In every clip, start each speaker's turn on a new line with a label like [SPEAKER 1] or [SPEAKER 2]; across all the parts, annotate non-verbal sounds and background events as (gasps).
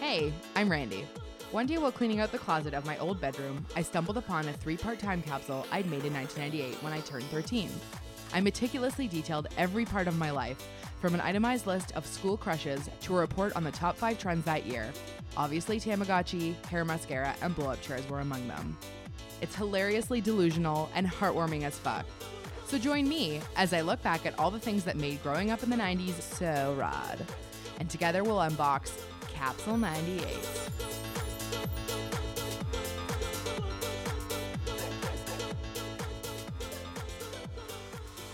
[SPEAKER 1] Hey, I'm Randy. One day while cleaning out the closet of my old bedroom, I stumbled upon a three part time capsule I'd made in 1998 when I turned 13. I meticulously detailed every part of my life, from an itemized list of school crushes to a report on the top five trends that year. Obviously, Tamagotchi, hair mascara, and blow up chairs were among them. It's hilariously delusional and heartwarming as fuck. So join me as I look back at all the things that made growing up in the 90s so rad. And together we'll unbox Capsule 98.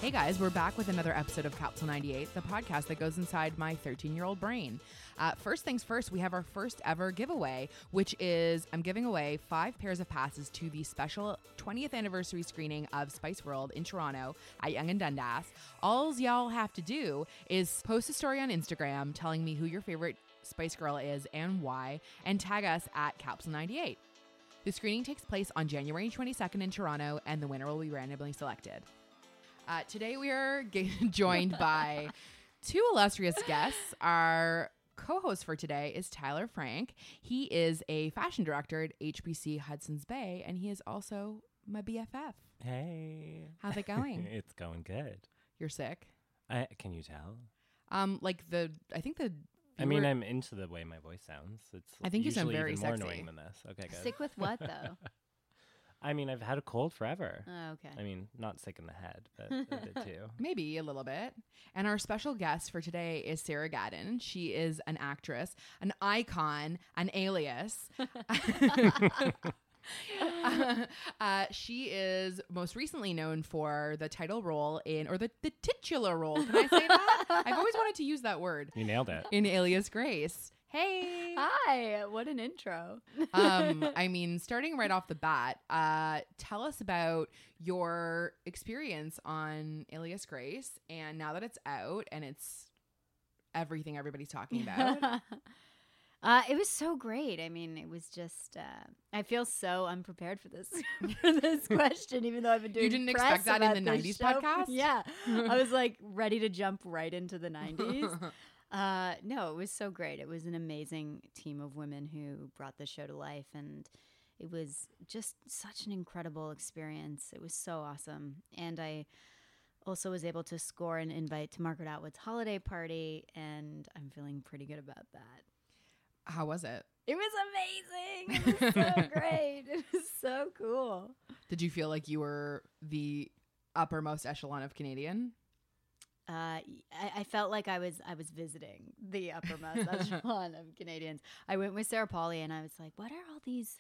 [SPEAKER 1] Hey guys, we're back with another episode of Capsule 98, the podcast that goes inside my 13 year old brain. Uh, first things first, we have our first ever giveaway, which is I'm giving away five pairs of passes to the special 20th anniversary screening of Spice World in Toronto at Young and Dundas. All y'all have to do is post a story on Instagram telling me who your favorite Spice Girl is and why, and tag us at Capsule 98. The screening takes place on January 22nd in Toronto, and the winner will be randomly selected. Uh, today we are (laughs) g- joined by two illustrious guests. Our co-host for today is Tyler Frank. He is a fashion director at HBC Hudson's Bay, and he is also my BFF.
[SPEAKER 2] Hey.
[SPEAKER 1] How's it going?
[SPEAKER 2] (laughs) it's going good.
[SPEAKER 1] You're sick.
[SPEAKER 2] I, can you tell?
[SPEAKER 1] Um, like the I think the
[SPEAKER 2] I mean,
[SPEAKER 1] viewer-
[SPEAKER 2] I'm into the way my voice sounds. It's
[SPEAKER 1] I think you sound
[SPEAKER 2] usually
[SPEAKER 1] very
[SPEAKER 2] even more
[SPEAKER 1] sexy.
[SPEAKER 2] annoying than this. Okay, good.
[SPEAKER 3] Sick with
[SPEAKER 2] (laughs)
[SPEAKER 3] what though?
[SPEAKER 2] I mean, I've had a cold forever.
[SPEAKER 3] oh, okay.
[SPEAKER 2] I mean, not sick in the head,
[SPEAKER 3] (laughs)
[SPEAKER 2] but a bit too.
[SPEAKER 1] Maybe a little bit. And our special guest for today is Sarah Gadden. She is an actress, an icon, an alias. (laughs) uh, she is most recently known for the title role in, or the, the titular role. Can I say that? I've always wanted to use that word
[SPEAKER 2] You nailed
[SPEAKER 3] (laughs)
[SPEAKER 2] it.
[SPEAKER 1] in Alias Grace. Hey.
[SPEAKER 3] Hi, what an intro.
[SPEAKER 1] um, I mean, starting right off the bat, uh, tell us about your experience on Alias Grace, and now that it's out and it's everything everybody's
[SPEAKER 3] (laughs)
[SPEAKER 1] talking about.
[SPEAKER 3] uh, it was so great. I mean, it was just. Uh, I feel so unprepared for this (laughs)
[SPEAKER 2] (laughs)
[SPEAKER 3] for this question, even though I've been doing.
[SPEAKER 1] didn't
[SPEAKER 3] press
[SPEAKER 1] expect that in
[SPEAKER 3] about
[SPEAKER 1] the
[SPEAKER 3] this
[SPEAKER 1] 90s
[SPEAKER 3] show.
[SPEAKER 1] podcast?
[SPEAKER 2] (laughs)
[SPEAKER 3] Yeah, I was like ready to jump right into
[SPEAKER 2] (laughs)
[SPEAKER 3] the '90s. Uh, no, it was so great. It was an amazing team of women who brought the show to life, and it was just such an incredible experience. It was so awesome, and I also was able to score an invite to Margaret Atwood's holiday party, and I'm feeling pretty good about that.
[SPEAKER 1] (laughs) How was it?
[SPEAKER 3] It was amazing. It was so great. It was so cool.
[SPEAKER 1] Did you feel like you were the uppermost echelon of Canadian?
[SPEAKER 3] Uh, y- I, I felt like I was I was visiting the uppermost
[SPEAKER 1] (laughs)
[SPEAKER 3] echelon of Canadians. I went with Sarah Pauli, and I was like, "What are all these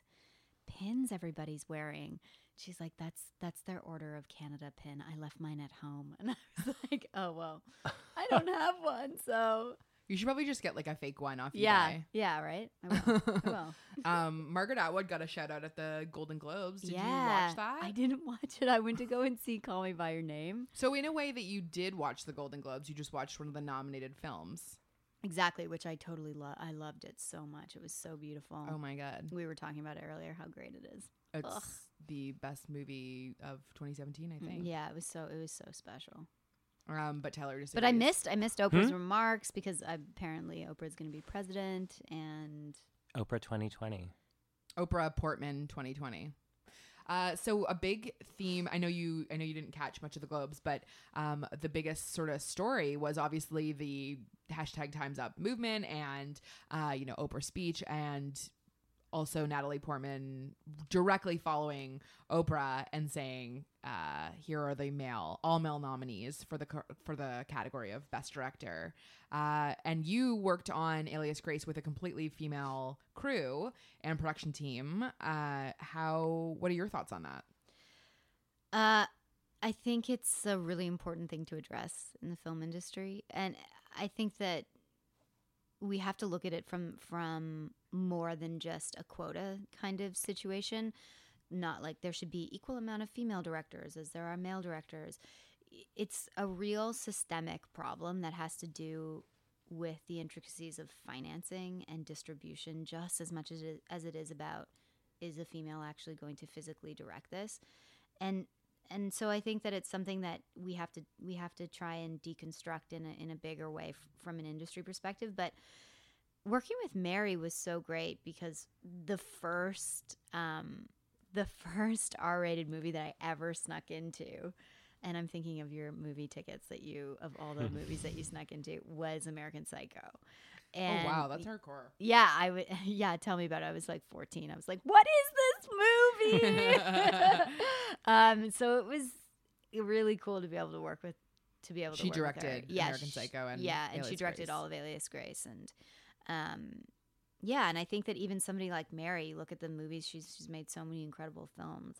[SPEAKER 3] pins everybody's wearing?" She's like, "That's that's their order of Canada pin. I left mine at home." (laughs) And I was like, "Oh well, I don't have one,
[SPEAKER 1] (laughs)
[SPEAKER 3] so
[SPEAKER 1] You should probably just get like a fake one off
[SPEAKER 3] yeah,
[SPEAKER 1] eBay.
[SPEAKER 3] yeah, right." I
[SPEAKER 1] (laughs)
[SPEAKER 3] will. I will.
[SPEAKER 1] um, Margaret Atwood got a shout out at the Golden Globes. Did you watch that?
[SPEAKER 3] I didn't watch it. I went to go and see Call Me by Your Name.
[SPEAKER 1] So in a way that you did watch the Golden Globes, you just watched one of the nominated films.
[SPEAKER 3] Exactly, which I totally love. I loved it so much. It was so beautiful.
[SPEAKER 1] Oh my god.
[SPEAKER 3] we were talking about it earlier how great it is.
[SPEAKER 1] It's
[SPEAKER 3] Ugh.
[SPEAKER 1] the best movie of 2017, I think.
[SPEAKER 3] Yeah, it was so it was so special.
[SPEAKER 1] Um, but Tyler just.
[SPEAKER 3] But I
[SPEAKER 1] agrees.
[SPEAKER 3] missed I missed Oprah's remarks because apparently Oprah's going to be president and
[SPEAKER 2] Oprah 2020.
[SPEAKER 1] Oprah Portman 2020. Uh, so a big theme. I know you. I know you didn't catch much of the Globes, but um, the biggest sort of story was obviously the hashtag Times Up movement, and uh, you know Oprah's speech, and also Natalie Portman directly following Oprah and saying, uh, "Here are the male, all male nominees for the cur- for the category of Best Director." Uh, and you worked on Alias Grace with a completely female crew and production team. Uh, how? What are your thoughts on that?
[SPEAKER 3] uh I think it's a really important thing to address in the film industry and I think that we have to look at it from from more than just a quota kind of situation. Not like there should be equal amount of female directors as there are male directors. It's a real systemic problem that has to do with the intricacies of financing and distribution just as much as it, as it is about is a female actually going to physically direct this and and so i think that it's something that we have to we have to try and deconstruct in a, in a bigger way f- from an industry perspective but working with Mary was so great because the first um the (laughs) first R-rated movie that I ever snuck into and I'm thinking of your movie tickets that you of
[SPEAKER 1] (laughs)
[SPEAKER 3] all the movies that you snuck into was American Psycho. And
[SPEAKER 1] oh wow, that's hardcore.
[SPEAKER 3] (laughs) yeah, I would yeah, tell me about it. I was like 14. I was like, "What is
[SPEAKER 1] (laughs)
[SPEAKER 3] this movie?" (laughs) um so it was really cool to be able to work with to be able to
[SPEAKER 1] She
[SPEAKER 3] work with her.
[SPEAKER 1] directed
[SPEAKER 3] yeah,
[SPEAKER 1] American
[SPEAKER 3] sh-
[SPEAKER 1] Psycho and
[SPEAKER 3] yeah and she
[SPEAKER 1] Alias
[SPEAKER 3] directed
[SPEAKER 1] Grace.
[SPEAKER 3] all of alias grace and um yeah and i think that even somebody like mary look at the movies she's she's made so many incredible films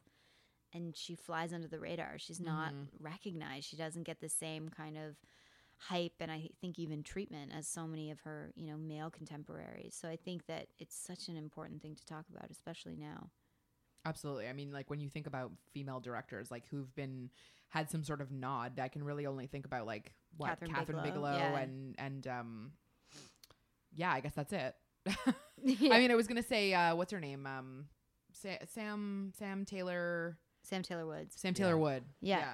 [SPEAKER 3] and she flies under the radar she's not
[SPEAKER 1] Mhm.
[SPEAKER 3] recognized she doesn't get the same kind of hype and i think even treatment as so many of her you know male contemporaries so i think that it's such an important thing to talk about especially
[SPEAKER 1] (laughs)
[SPEAKER 3] now
[SPEAKER 1] Absolutely. I mean, like when you think about female directors, like who've been had some sort of nod, I can really only think about like what
[SPEAKER 3] Catherine
[SPEAKER 1] Catherine,
[SPEAKER 3] Bigelow,
[SPEAKER 1] Bigelow,
[SPEAKER 3] yeah.
[SPEAKER 1] and and um, yeah, I guess that's it. (laughs)
[SPEAKER 3] Yeah.
[SPEAKER 1] I mean, I was gonna say uh, what's her name? Um, Sa- Sam Sam Taylor
[SPEAKER 3] sam taylor woods
[SPEAKER 1] Sam Taylor
[SPEAKER 2] Yeah.
[SPEAKER 1] Wood.
[SPEAKER 3] Yeah.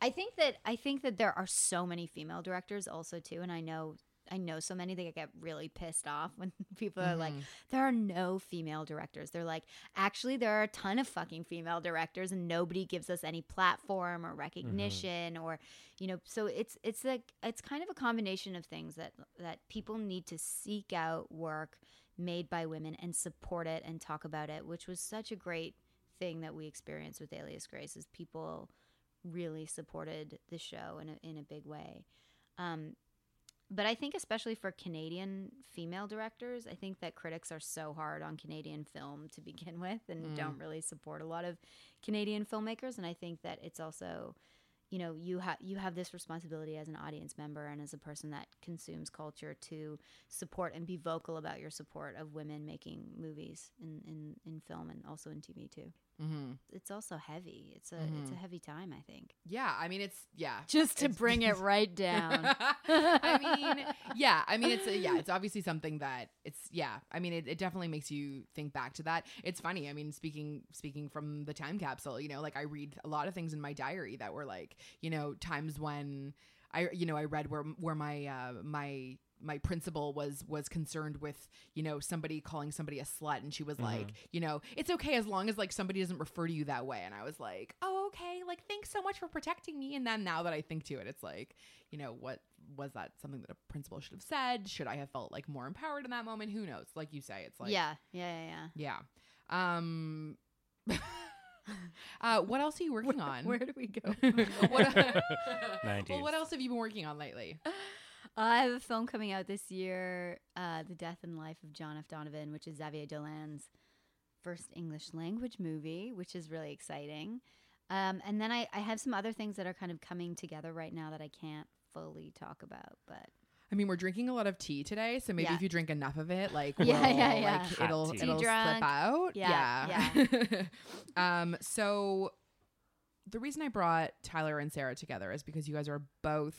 [SPEAKER 3] I think that I think that there are so many female directors also too, and I know I know so many that get really pissed off when (laughs) people are like,
[SPEAKER 1] Mhm.
[SPEAKER 3] there are no female directors. They're like, actually, there are a ton of fucking female directors, and nobody gives us any platform or recognition or, you know. So it's it's like it's kind of a combination of things that that people need to seek out work made by women and support it and talk about it, which was such a great thing that we experienced with Alias Grace is people really supported the show in a, in a big way. Um, but I think especially for Canadian female directors, I think that critics are so hard on Canadian film to begin (laughs) with and
[SPEAKER 1] Mm.
[SPEAKER 3] don't really support a lot of Canadian filmmakers and I think that it's also you know you have you have this responsibility as an audience member and as a person that consumes culture to support and be vocal about your support of women making movies in in, in film and also in TV too.
[SPEAKER 1] hmm
[SPEAKER 3] It's also heavy. It's a it's a
[SPEAKER 1] Mhm.
[SPEAKER 3] heavy time, I think.
[SPEAKER 1] Yeah. I mean, it's yeah.
[SPEAKER 3] Just to
[SPEAKER 1] It's-
[SPEAKER 3] bring (laughs) it right down.
[SPEAKER 1] (laughs)
[SPEAKER 3] (laughs)
[SPEAKER 1] I mean, yeah. I mean, it's yeah. It's obviously something that it's yeah. I mean, it, it definitely makes you think back to that. It's funny. I mean, speaking speaking from the time capsule, you know, like I read a lot of things in my diary that were like, you know, times when I, you know, I read where where my uh, my my principal was was concerned with you know somebody calling somebody a slut and she was like you know it's okay as long as like somebody doesn't refer to you that way and i was like oh okay like thanks so much for protecting me and then now that i think to it it's like you know what was that something that a principal should have said should i have felt like more empowered in that moment who knows like you say it's like
[SPEAKER 3] yeah, yeah, yeah, yeah.
[SPEAKER 1] yeah um (laughs) uh what else are you working on
[SPEAKER 3] Where do we go?
[SPEAKER 1] (laughs) what, well,
[SPEAKER 2] 90s.
[SPEAKER 1] what else have you been working on lately
[SPEAKER 3] I have a film coming out this year, uh, The Death and Life of John F. Donovan, which is Xavier Dolan's first English language movie, which is really exciting. Um, and then I, I have some other things that are kind of coming together right now that I can't fully talk about, but
[SPEAKER 1] I mean, we're drinking a lot of tea today, so maybe
[SPEAKER 3] Yeah.
[SPEAKER 1] if you drink enough of it, like
[SPEAKER 3] (laughs) Yeah,
[SPEAKER 1] we'll,
[SPEAKER 3] yeah, yeah.
[SPEAKER 1] like,
[SPEAKER 2] Hot
[SPEAKER 1] it'll
[SPEAKER 2] tea.
[SPEAKER 1] it'll
[SPEAKER 3] Tea drunk.
[SPEAKER 1] slip out.
[SPEAKER 3] Yeah,
[SPEAKER 1] yeah. (laughs) um. So the reason I brought Tyler and Sarah together is because you guys are both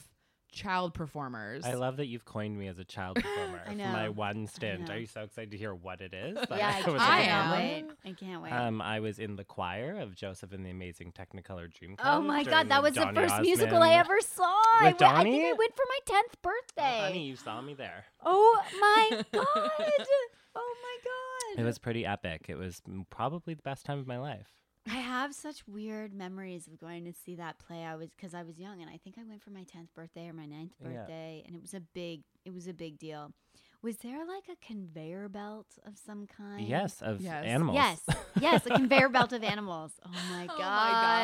[SPEAKER 1] child performers.
[SPEAKER 2] I love that you've coined me as a child performer
[SPEAKER 3] (laughs) I
[SPEAKER 2] for my
[SPEAKER 3] know.
[SPEAKER 2] one stint.
[SPEAKER 3] know.
[SPEAKER 2] Are you so excited to hear what it
[SPEAKER 3] (laughs)
[SPEAKER 2] is? (laughs) that
[SPEAKER 3] yeah, I,
[SPEAKER 2] was
[SPEAKER 1] I am.
[SPEAKER 2] in?
[SPEAKER 3] can't wait. I can't wait.
[SPEAKER 2] Um, I was in the choir of Joseph and the Amazing Technicolor Dreamcoat.
[SPEAKER 3] oh my God,
[SPEAKER 2] during
[SPEAKER 3] that was
[SPEAKER 2] Donny
[SPEAKER 3] the first musical
[SPEAKER 2] Osmond-
[SPEAKER 3] I ever saw. I,
[SPEAKER 2] With
[SPEAKER 3] went- I think
[SPEAKER 2] Donny?
[SPEAKER 3] I went for my 10th
[SPEAKER 2] Oh,
[SPEAKER 3] birthday.
[SPEAKER 2] honey, you saw me there.
[SPEAKER 3] Oh
[SPEAKER 2] (laughs)
[SPEAKER 3] my god! Oh my god!
[SPEAKER 1] (laughs)
[SPEAKER 2] It was pretty epic. It was m- probably the best time of my life.
[SPEAKER 3] I have such weird memories of going to see that play. I was because I was young, and I think I went for my tenth birthday or my 9th
[SPEAKER 2] Yeah.
[SPEAKER 3] birthday, and it was a big, it was a big deal. Was there like a conveyor belt of some kind?
[SPEAKER 2] Yes, of
[SPEAKER 1] Yes.
[SPEAKER 2] animals.
[SPEAKER 3] Yes, yes, a conveyor belt of animals.
[SPEAKER 2] (laughs)
[SPEAKER 3] Oh my
[SPEAKER 1] Oh my
[SPEAKER 3] god!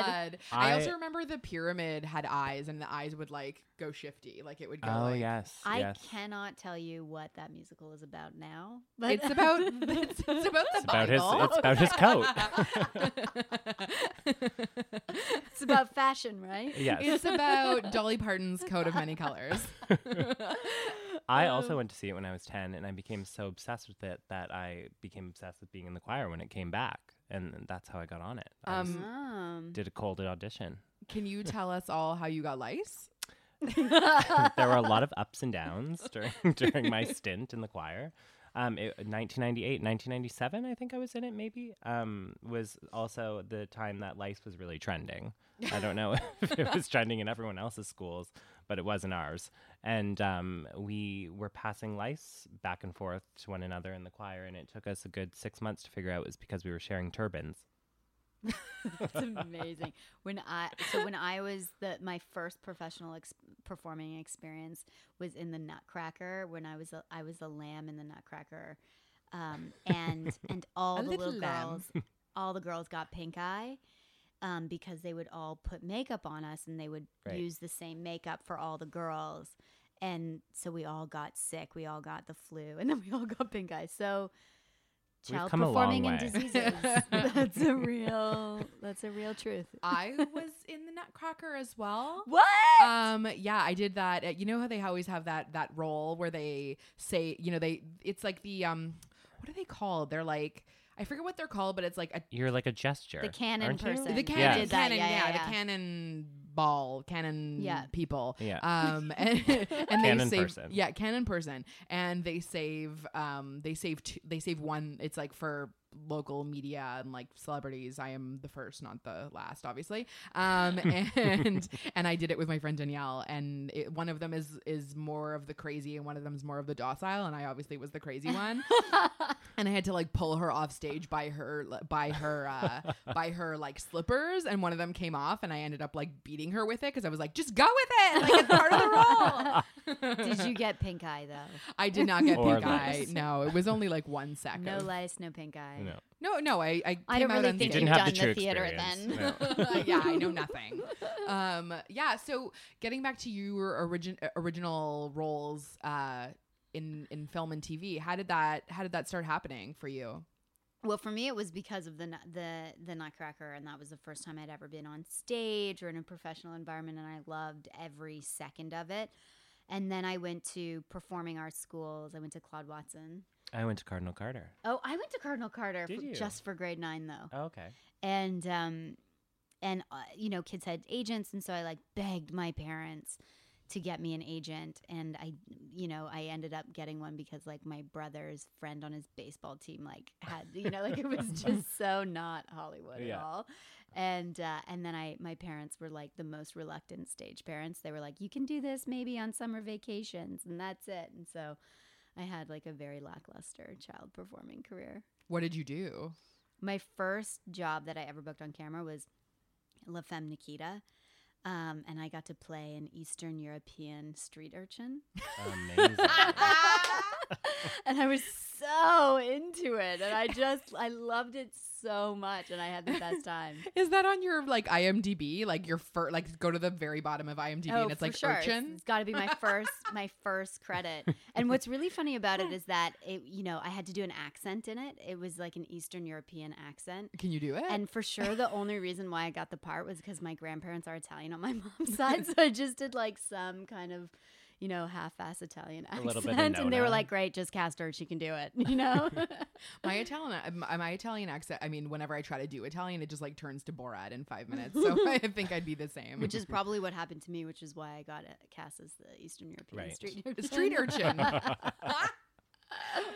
[SPEAKER 1] god! I,
[SPEAKER 2] I-
[SPEAKER 1] also remember the pyramid had eyes, and the eyes would like go shifty, like it would go.
[SPEAKER 2] Oh
[SPEAKER 1] like,
[SPEAKER 2] yes.
[SPEAKER 3] I
[SPEAKER 2] yes.
[SPEAKER 3] cannot tell you what that musical is about now, but
[SPEAKER 1] It's
[SPEAKER 3] (laughs)
[SPEAKER 1] about (laughs) it's, it's about the
[SPEAKER 2] It's about his-
[SPEAKER 1] Bible.
[SPEAKER 2] it's about his
[SPEAKER 1] (laughs)
[SPEAKER 2] coat. (laughs)
[SPEAKER 3] it's (laughs) about fashion, right?
[SPEAKER 2] Yes.
[SPEAKER 1] It's (laughs) about Dolly Parton's coat of many colors.
[SPEAKER 2] I
[SPEAKER 1] um,
[SPEAKER 2] also went to see it when I was 10 and I became so obsessed with it that I became obsessed with being in the choir when it came back and that's how I got on it. I was-
[SPEAKER 1] Um,
[SPEAKER 3] Um,
[SPEAKER 2] did a
[SPEAKER 1] (laughs)
[SPEAKER 2] colded audition.
[SPEAKER 1] Can you tell us all how you got lice?
[SPEAKER 3] (laughs)
[SPEAKER 2] there were a lot of ups and downs during (laughs) during my stint in the choir. Um, it, 1998, 1997, I think I was in it. Maybe um, was also (laughs) the time that lice was really trending. I don't know if it was trending in everyone else's schools, but it wasn't ours. And um, we were passing lice back and forth to one another in the choir, and it took us a good six months to figure out it was because we were sharing turbans.
[SPEAKER 3] (laughs) That's amazing. When I so when I was the my first professional ex- performing experience was in the Nutcracker when I was a, I was a lamb in the Nutcracker, um, and
[SPEAKER 1] (laughs)
[SPEAKER 3] and all
[SPEAKER 1] A
[SPEAKER 3] the little,
[SPEAKER 1] little lamb.
[SPEAKER 3] girls all the girls got pink eye. Um, because they would all put makeup on us and they would
[SPEAKER 2] Right.
[SPEAKER 3] use the same makeup for all the girls. And so we all got sick. We all got the flu (laughs) and then we all got pink eye. So
[SPEAKER 2] We've
[SPEAKER 3] child
[SPEAKER 2] come a long
[SPEAKER 3] performing and
[SPEAKER 2] way. (laughs)
[SPEAKER 3] diseases. that's a real that's a real truth.
[SPEAKER 1] I was in the Nutcracker as well.
[SPEAKER 3] What?
[SPEAKER 1] Um, yeah, I did that. Uh, You know how they always have that that role where they say, you know, they it's like the um, what are they called? They're like I forget what they're called, but it's like a
[SPEAKER 2] You're like a gesture.
[SPEAKER 3] The cannon
[SPEAKER 2] aren't you?
[SPEAKER 3] person.
[SPEAKER 1] the
[SPEAKER 3] They
[SPEAKER 1] cannon,
[SPEAKER 2] did
[SPEAKER 3] that,
[SPEAKER 1] cannon, yeah,
[SPEAKER 3] yeah, yeah,
[SPEAKER 1] the
[SPEAKER 3] yeah.
[SPEAKER 1] cannon ball, cannon
[SPEAKER 3] Yeah.
[SPEAKER 1] people.
[SPEAKER 2] Yeah. (laughs)
[SPEAKER 1] Um, and, (laughs) and
[SPEAKER 2] Cannon
[SPEAKER 1] they save,
[SPEAKER 2] person.
[SPEAKER 1] yeah, cannon person, and they save, um, they save, two, they save one. It's like for local media and like celebrities. I am the first, not the last, obviously.
[SPEAKER 3] (laughs)
[SPEAKER 1] Um, and and I did it with my friend Danielle, and it, one of them is is more of the crazy, and one of them is more of the docile, and I obviously was the crazy
[SPEAKER 3] (laughs)
[SPEAKER 1] one and I had to like pull her off stage by her by her uh, by her like slippers, and one of them came off, and I ended up like beating her with it because I was like, just go with it, like it's part of
[SPEAKER 2] (laughs)
[SPEAKER 1] the role.
[SPEAKER 3] (laughs) Did you get pink eye though?
[SPEAKER 1] (laughs) I did not get
[SPEAKER 2] Or
[SPEAKER 1] pink eye.
[SPEAKER 2] lice.
[SPEAKER 1] No, it was only like one sec.
[SPEAKER 3] No
[SPEAKER 1] of-
[SPEAKER 3] lice, no pink eye.
[SPEAKER 2] No.
[SPEAKER 1] no, no. I I,
[SPEAKER 3] I
[SPEAKER 1] came
[SPEAKER 3] don't
[SPEAKER 1] out
[SPEAKER 3] really
[SPEAKER 1] on
[SPEAKER 3] think
[SPEAKER 1] stage.
[SPEAKER 2] Didn't
[SPEAKER 3] you've
[SPEAKER 2] have
[SPEAKER 3] done
[SPEAKER 2] the
[SPEAKER 3] the,
[SPEAKER 2] true
[SPEAKER 3] theater
[SPEAKER 2] experience,
[SPEAKER 3] then.
[SPEAKER 2] no.
[SPEAKER 3] (laughs)
[SPEAKER 1] (laughs) yeah, I know nothing. Um, yeah. So getting back to your origin uh, original roles uh, in in film and TV, how did that how did that start happening for you?
[SPEAKER 3] Well, for me, it was because of the nu- the the Nutcracker, and that was the first time I'd ever been on stage or in a professional environment, and I loved every second of it. And then I went to performing arts schools. I went to Claude Watson.
[SPEAKER 2] I went to Cardinal Carter.
[SPEAKER 3] Oh, I went to Cardinal Carter
[SPEAKER 2] Did
[SPEAKER 3] for,
[SPEAKER 2] you?
[SPEAKER 3] just for grade nine though.
[SPEAKER 2] Oh,
[SPEAKER 3] (laughs)
[SPEAKER 2] okay.
[SPEAKER 3] and um and uh, you know kids had agents and so i like begged my parents to get me an agent and i you know i ended up getting one because like my brother's friend on his baseball team like had you know like
[SPEAKER 2] (laughs)
[SPEAKER 3] it was just so not hollywood at
[SPEAKER 2] Yeah.
[SPEAKER 3] all and uh, and then i my parents were like the most reluctant stage parents they were like you can do this maybe on summer vacations and that's it and so i had like a very lackluster child performing career
[SPEAKER 1] What did you do?
[SPEAKER 3] my first job that I ever booked on camera was La Femme Nikita. Um, and I got to play an Eastern European street urchin.
[SPEAKER 2] Amazing.
[SPEAKER 3] and I was so into it. And I just, I loved it so much. And I had the best time.
[SPEAKER 1] Is that on your like IMDb? Like your fir- like go to the very bottom of IMDb and Oh, it's
[SPEAKER 3] Oh, for
[SPEAKER 1] like
[SPEAKER 3] sure. It's-
[SPEAKER 1] urchin.
[SPEAKER 3] it's got to be my first my first credit. And what's really funny about it is that it, you know, I had to do an accent in it. It was like an Eastern European accent.
[SPEAKER 1] Can you
[SPEAKER 2] (laughs)
[SPEAKER 1] do it?
[SPEAKER 3] And for sure, the only reason why I got the part was because my grandparents are Italian on my mom's (laughs) side, so I just did like some kind of, you know, half-ass Italian
[SPEAKER 2] A
[SPEAKER 3] accent,
[SPEAKER 2] little bit of
[SPEAKER 3] and they were
[SPEAKER 2] Nona.
[SPEAKER 3] like, "Great, just cast her; she can do it," (laughs)
[SPEAKER 2] (laughs)
[SPEAKER 3] you know.
[SPEAKER 1] (laughs) my Italian, uh, my, my Italian accent. I mean, whenever I try to do Italian, it just like turns to Borat in (laughs) five minutes. So I think I'd be the same.
[SPEAKER 3] which is probably what happened to me, which is why I got uh, cast as the Eastern European
[SPEAKER 2] Right.
[SPEAKER 3] street (laughs)
[SPEAKER 1] street urchin.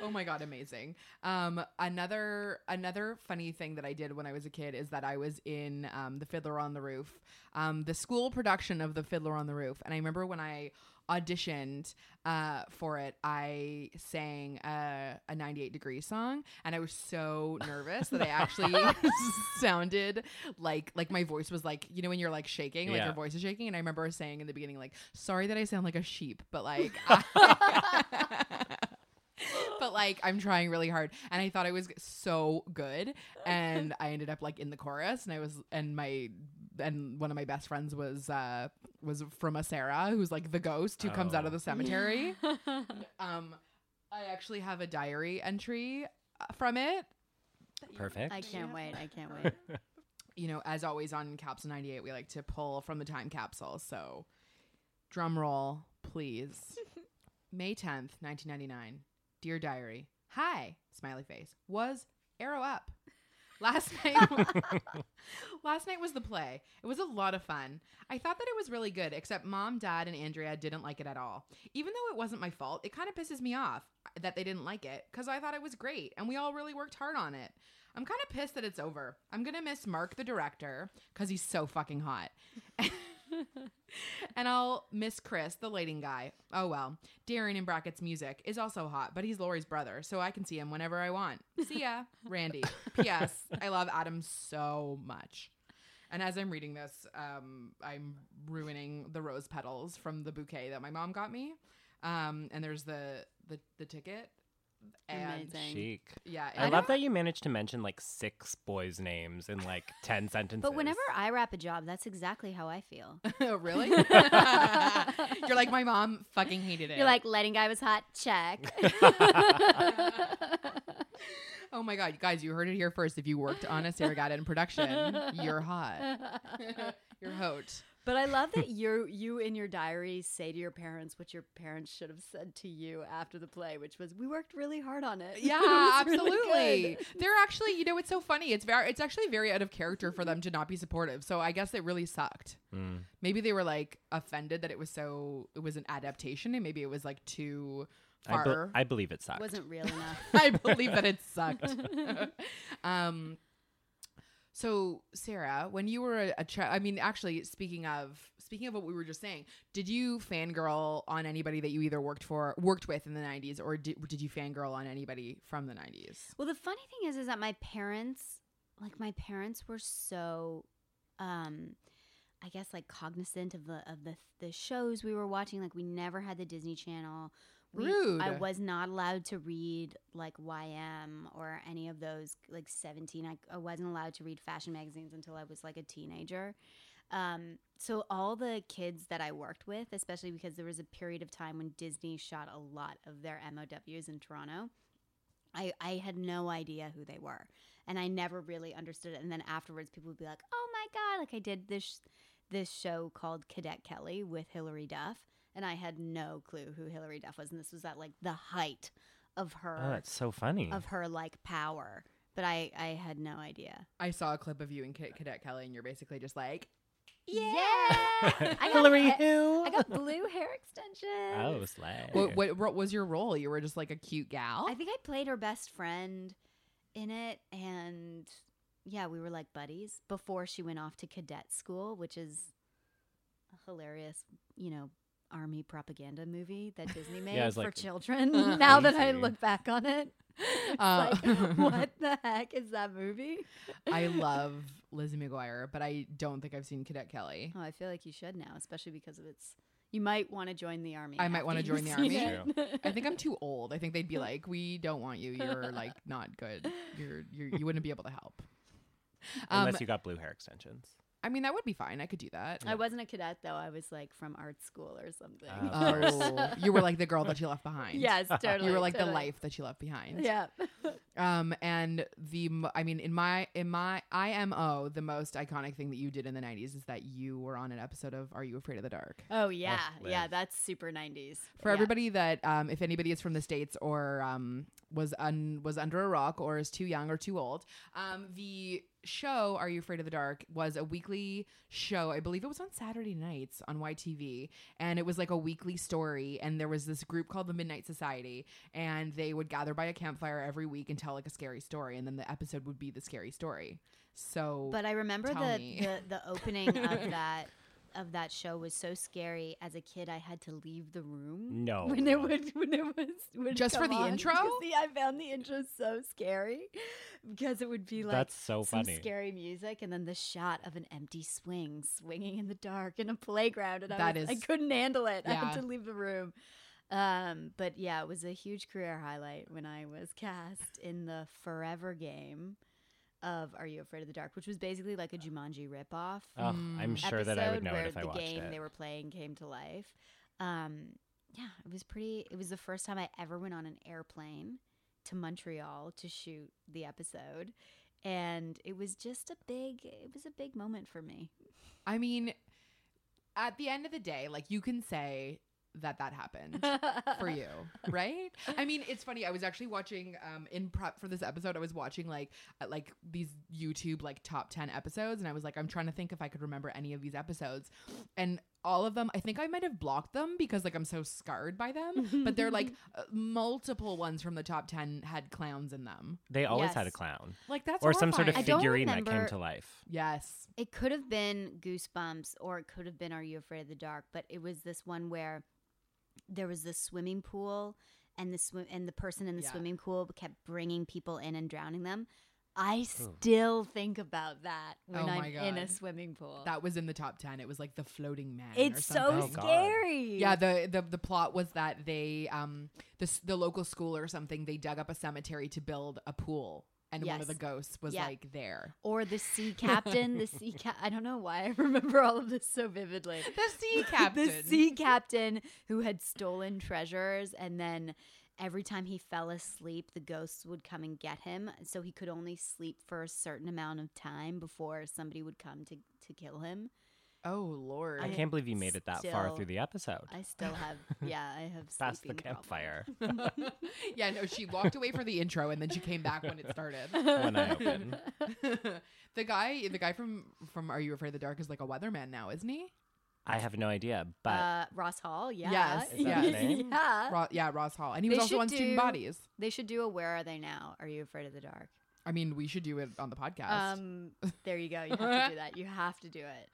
[SPEAKER 1] oh my god, amazing. Um, another another funny thing that I did when I was a kid is that I was in um, the Fiddler on the Roof, um, the school production of the Fiddler on the Roof, and I remember when I auditioned uh, for it, I sang uh, a, a 98 degree song, and I was so nervous that I actually (laughs) sounded like like my voice was like you know when you're like shaking, like
[SPEAKER 2] Yeah.
[SPEAKER 1] your voice is shaking, and I remember saying in the beginning like, "Sorry that I sound like a sheep," but like. I- but like I'm trying really hard and I thought I was so good and I ended up like in the chorus and I was and my and one of my best friends was uh was from a Sarah who's like the ghost who comes out of
[SPEAKER 2] Oh.
[SPEAKER 1] the cemetery um I actually have a diary entry uh, from it
[SPEAKER 2] Perfect.
[SPEAKER 3] I can't wait! I
[SPEAKER 2] (laughs)
[SPEAKER 3] can't wait.
[SPEAKER 1] you know as always on capsule 98 we like to pull from the time capsule so drum roll please May 10th 1999 dear diary hi smiley face was arrow up last night Last night was the play. It was a lot of fun. I thought that it was really good, except mom, dad, and Andrea didn't like it at all. Even though it wasn't my fault, it kind of pisses me off uh, that they didn't like it because I thought it was great and we all really worked hard on it. I'm kind of pissed that it's over. I'm going to miss Mark, the director, because he's so fucking hot. (laughs) and I'll miss Chris, the lighting guy. Oh well. Darren in brackets music is also hot, but he's Lori's brother, so I can see him whenever I want. See ya, Randy. P.S. I love Adam so much. And as I'm reading this, um, I'm ruining the rose petals from the bouquet that my mom got me. Um, and there's the the, the ticket. And
[SPEAKER 3] Amazing.
[SPEAKER 2] Chic.
[SPEAKER 1] yeah,
[SPEAKER 2] I,
[SPEAKER 1] and-
[SPEAKER 2] love that you managed to mention like six boys' names in like 10 sentences.
[SPEAKER 3] But whenever I wrap a job, that's exactly how I
[SPEAKER 2] (laughs)
[SPEAKER 3] feel.
[SPEAKER 1] (laughs) Oh,
[SPEAKER 3] (laughs)
[SPEAKER 1] really? You're like my mom fucking hated it.
[SPEAKER 3] You're like, letting guy was hot, check.
[SPEAKER 2] (laughs)
[SPEAKER 3] (laughs)
[SPEAKER 1] oh my god, guys, you heard it here first. If you worked on
[SPEAKER 3] (laughs)
[SPEAKER 1] a Sarah Gadden production, you're hot. you're
[SPEAKER 3] (laughs)
[SPEAKER 1] hot.
[SPEAKER 3] but I love
[SPEAKER 1] (laughs)
[SPEAKER 3] that you you in your diary say to your parents what your parents should have said to you after the play, which was, "We worked really hard on it." (laughs)
[SPEAKER 1] Yeah,
[SPEAKER 3] It was
[SPEAKER 1] absolutely.
[SPEAKER 3] really good."
[SPEAKER 1] They're actually, you know, it's so funny. It's very, it's actually very out of character for them to not be supportive. So I guess it really sucked.
[SPEAKER 2] Mm.
[SPEAKER 1] Maybe they were like offended that it was so, it was an adaptation, and maybe it was like too
[SPEAKER 2] I,
[SPEAKER 1] far.
[SPEAKER 2] be- I believe it
[SPEAKER 3] It
[SPEAKER 2] sucked.
[SPEAKER 3] wasn't real enough.
[SPEAKER 1] (laughs) I believe that it sucked. (laughs) um, so Sarah, when you were a, a child, I mean, actually, speaking of speaking of what we were just saying, did you fangirl on anybody that you either worked for, worked with in the '90s, or did, did you fangirl on anybody from the '90s?
[SPEAKER 3] Well, the funny thing is, is that my parents, like my parents, were so, um, I guess, like cognizant of the of the the shows we were watching. Like we never had the Disney Channel. We, I
[SPEAKER 1] Rude.
[SPEAKER 3] was not allowed to read like YM or any of those like seventeen. I, I wasn't allowed to read fashion magazines until I was like a teenager. Um, so all the kids that I worked with, especially because there was a period of time when Disney shot a lot of their MOWs in Toronto, I, I had no idea who they were. And I never really understood it. And then afterwards people would be like, Oh my God, like I did this this show called Cadet Kelly with Hilary Duff and I had no clue who Hilary Duff was. And this was at like the height of her
[SPEAKER 2] Oh, that's so funny. (laughs)
[SPEAKER 3] of her like power. But I, I had no idea.
[SPEAKER 1] I saw a clip of you and Cadet, Cadet Kelly, and you're basically just like, (laughs)
[SPEAKER 3] Yeah.
[SPEAKER 2] got
[SPEAKER 3] I
[SPEAKER 2] Hillary
[SPEAKER 3] got,
[SPEAKER 2] who?
[SPEAKER 3] I
[SPEAKER 2] (laughs)
[SPEAKER 3] got blue hair extensions.
[SPEAKER 2] oh, slay.
[SPEAKER 1] what, what, what was your role? You were just like a cute gal.
[SPEAKER 3] I think I played her best friend in it, and yeah, we were like buddies before she went off to cadet school, which is a hilarious, you know, army propaganda movie
[SPEAKER 1] (laughs)
[SPEAKER 3] that Disney made
[SPEAKER 2] it's
[SPEAKER 3] for
[SPEAKER 2] like,
[SPEAKER 3] children. (laughs) now that I
[SPEAKER 2] crazy.
[SPEAKER 3] look back on it, it's
[SPEAKER 1] Uh,
[SPEAKER 3] like, (laughs) what
[SPEAKER 1] (laughs)
[SPEAKER 3] the heck is that movie?
[SPEAKER 1] I love Lizzie McGuire, but I don't think I've seen Cadet
[SPEAKER 3] (laughs)
[SPEAKER 1] Kelly.
[SPEAKER 3] Oh, I feel like you should now, especially because of its. You might want to join the army.
[SPEAKER 1] I might
[SPEAKER 3] after
[SPEAKER 1] wanna
[SPEAKER 3] you've
[SPEAKER 1] join the
[SPEAKER 3] seen
[SPEAKER 2] army.
[SPEAKER 3] (laughs) it.
[SPEAKER 1] I think I'm too old. I think they'd be like, "We don't want you. You're like not good. You're, you're you wouldn't be able to help." Um,
[SPEAKER 2] Unless you got blue hair extensions.
[SPEAKER 1] I mean, that would be fine. I could do that.
[SPEAKER 3] I wasn't a cadet though. I was like from art school or something.
[SPEAKER 2] Oh,
[SPEAKER 3] (laughs)
[SPEAKER 1] Oh, you were like the girl that she left behind.
[SPEAKER 3] Yes,
[SPEAKER 1] (laughs)
[SPEAKER 3] totally.
[SPEAKER 1] you were like the
[SPEAKER 3] totally. (laughs)
[SPEAKER 1] life that she left behind. (laughs)
[SPEAKER 3] Yeah.
[SPEAKER 1] Um, and the m- I mean, in my in my IMO, the most iconic thing that you did in the '90s is that you were on an episode of Are You Afraid of the Dark?
[SPEAKER 3] Oh yeah, yeah.
[SPEAKER 2] live.
[SPEAKER 3] That's super nineties
[SPEAKER 1] For everybody that, um, if anybody is from the states or um, was un- was under a rock or is too young or too old, um, the show "Are You Afraid of the Dark" was a weekly show. I believe it was on Saturday nights on YTV, and it was like a weekly story. And there was this group called the Midnight Society, and they would gather by a campfire every week and tell like a scary story, and then the episode would be the scary story. So,
[SPEAKER 3] But I remember
[SPEAKER 1] Tell
[SPEAKER 3] the,
[SPEAKER 1] me.
[SPEAKER 3] the
[SPEAKER 1] (laughs)
[SPEAKER 3] the opening of that of that show was so scary. As a kid, I had to leave the room.
[SPEAKER 2] No.
[SPEAKER 3] (laughs) When it would, when it was, when it
[SPEAKER 1] Just for
[SPEAKER 3] come
[SPEAKER 1] the
[SPEAKER 3] on. (laughs)
[SPEAKER 1] intro?
[SPEAKER 3] Because the- I found the intro so scary because it would be like
[SPEAKER 2] That's so
[SPEAKER 3] some
[SPEAKER 2] funny.
[SPEAKER 3] scary music, and then the shot of an empty swing swinging in the dark in a playground, and I
[SPEAKER 1] That
[SPEAKER 3] was-
[SPEAKER 1] is-
[SPEAKER 3] I couldn't handle it. I
[SPEAKER 1] Yeah.
[SPEAKER 3] had to leave the room. Um, but yeah, it was a huge career highlight when I was cast in the Forever Game of Are You Afraid of the Dark, which was basically like a Jumanji ripoff
[SPEAKER 2] Oh, I'm
[SPEAKER 1] Mm.
[SPEAKER 2] sure that I would know
[SPEAKER 3] where
[SPEAKER 2] it if I
[SPEAKER 3] the
[SPEAKER 2] watched
[SPEAKER 3] game
[SPEAKER 2] it.
[SPEAKER 3] they were playing came to life. Um, yeah, it was pretty. It was the first time I ever went on an airplane to Montreal to shoot the episode, and it was just a big. It was a
[SPEAKER 2] (laughs)
[SPEAKER 3] big moment for me.
[SPEAKER 1] I mean, at the end of the day, like you can say that that happened for you, right? I mean, it's funny. I was actually watching um, in prep for this episode. I was watching like uh, like these YouTube like top ten episodes, and I was like, I'm trying to think if I could remember any of these episodes, and all of them. I think I might have blocked them because like I'm so scarred by them. but they're
[SPEAKER 3] (laughs)
[SPEAKER 1] like uh, multiple ones from the top ten had clowns in them.
[SPEAKER 2] They always had a
[SPEAKER 3] Yes.
[SPEAKER 2] clown
[SPEAKER 1] Like that's
[SPEAKER 2] or some sort of
[SPEAKER 3] I
[SPEAKER 1] horrifying.
[SPEAKER 3] don't
[SPEAKER 2] figurine that came
[SPEAKER 3] remember-
[SPEAKER 2] to life.
[SPEAKER 1] yes.
[SPEAKER 3] It could have been Goosebumps or it could have been Are You Afraid of the Dark, but it was this one where there was this swimming pool and the swim and the person in the
[SPEAKER 1] Yeah.
[SPEAKER 3] swimming pool kept bringing people in and drowning them. I still think about that when
[SPEAKER 1] Oh
[SPEAKER 3] I'm
[SPEAKER 1] my
[SPEAKER 3] in a
[SPEAKER 1] God.
[SPEAKER 3] swimming pool.
[SPEAKER 1] That was in the top ten. It was like the floating man. or
[SPEAKER 3] it's
[SPEAKER 1] something.
[SPEAKER 3] so
[SPEAKER 2] Oh, God.
[SPEAKER 3] scary.
[SPEAKER 1] Yeah, the, the the plot was that they um this the local school or something they dug up a cemetery to build a pool and one of
[SPEAKER 3] Yes.
[SPEAKER 1] the ghosts was
[SPEAKER 3] Yeah.
[SPEAKER 1] like there.
[SPEAKER 3] or the sea captain, the sea cap. I don't know why I (laughs) remember all of this
[SPEAKER 1] (laughs)
[SPEAKER 3] so vividly.
[SPEAKER 1] (laughs) The sea captain.
[SPEAKER 3] (laughs)
[SPEAKER 1] (laughs)
[SPEAKER 3] the sea captain who had stolen treasures and then every time he fell asleep the ghosts would come and get him so he could only sleep for a certain amount of time before somebody would come to, to kill him
[SPEAKER 1] Oh lord.
[SPEAKER 2] I can't believe you made it that far
[SPEAKER 3] still-
[SPEAKER 2] through the episode.
[SPEAKER 3] i still have yeah i have
[SPEAKER 2] Past the
[SPEAKER 3] sleeping problems.
[SPEAKER 2] campfire
[SPEAKER 1] (laughs) yeah, no, she walked away for the intro and then she came back when it started.
[SPEAKER 2] (laughs)
[SPEAKER 1] (laughs)
[SPEAKER 2] when I
[SPEAKER 3] (laughs)
[SPEAKER 2] open.
[SPEAKER 1] the guy the guy from from Are You Afraid of the Dark is like a weatherman now, isn't he?
[SPEAKER 2] I have no idea, but
[SPEAKER 3] uh, ross hall yeah (laughs)
[SPEAKER 1] Yes, Is
[SPEAKER 2] that his name?
[SPEAKER 3] yeah
[SPEAKER 1] Ro- yeah, Ross Hall. And he was
[SPEAKER 3] They
[SPEAKER 1] also
[SPEAKER 3] should
[SPEAKER 1] on Student
[SPEAKER 3] do-
[SPEAKER 1] Bodies.
[SPEAKER 3] they should do a where are they now are you afraid of the dark
[SPEAKER 1] I mean, we should do it on the podcast.
[SPEAKER 3] um there you go you have to do that you have to do it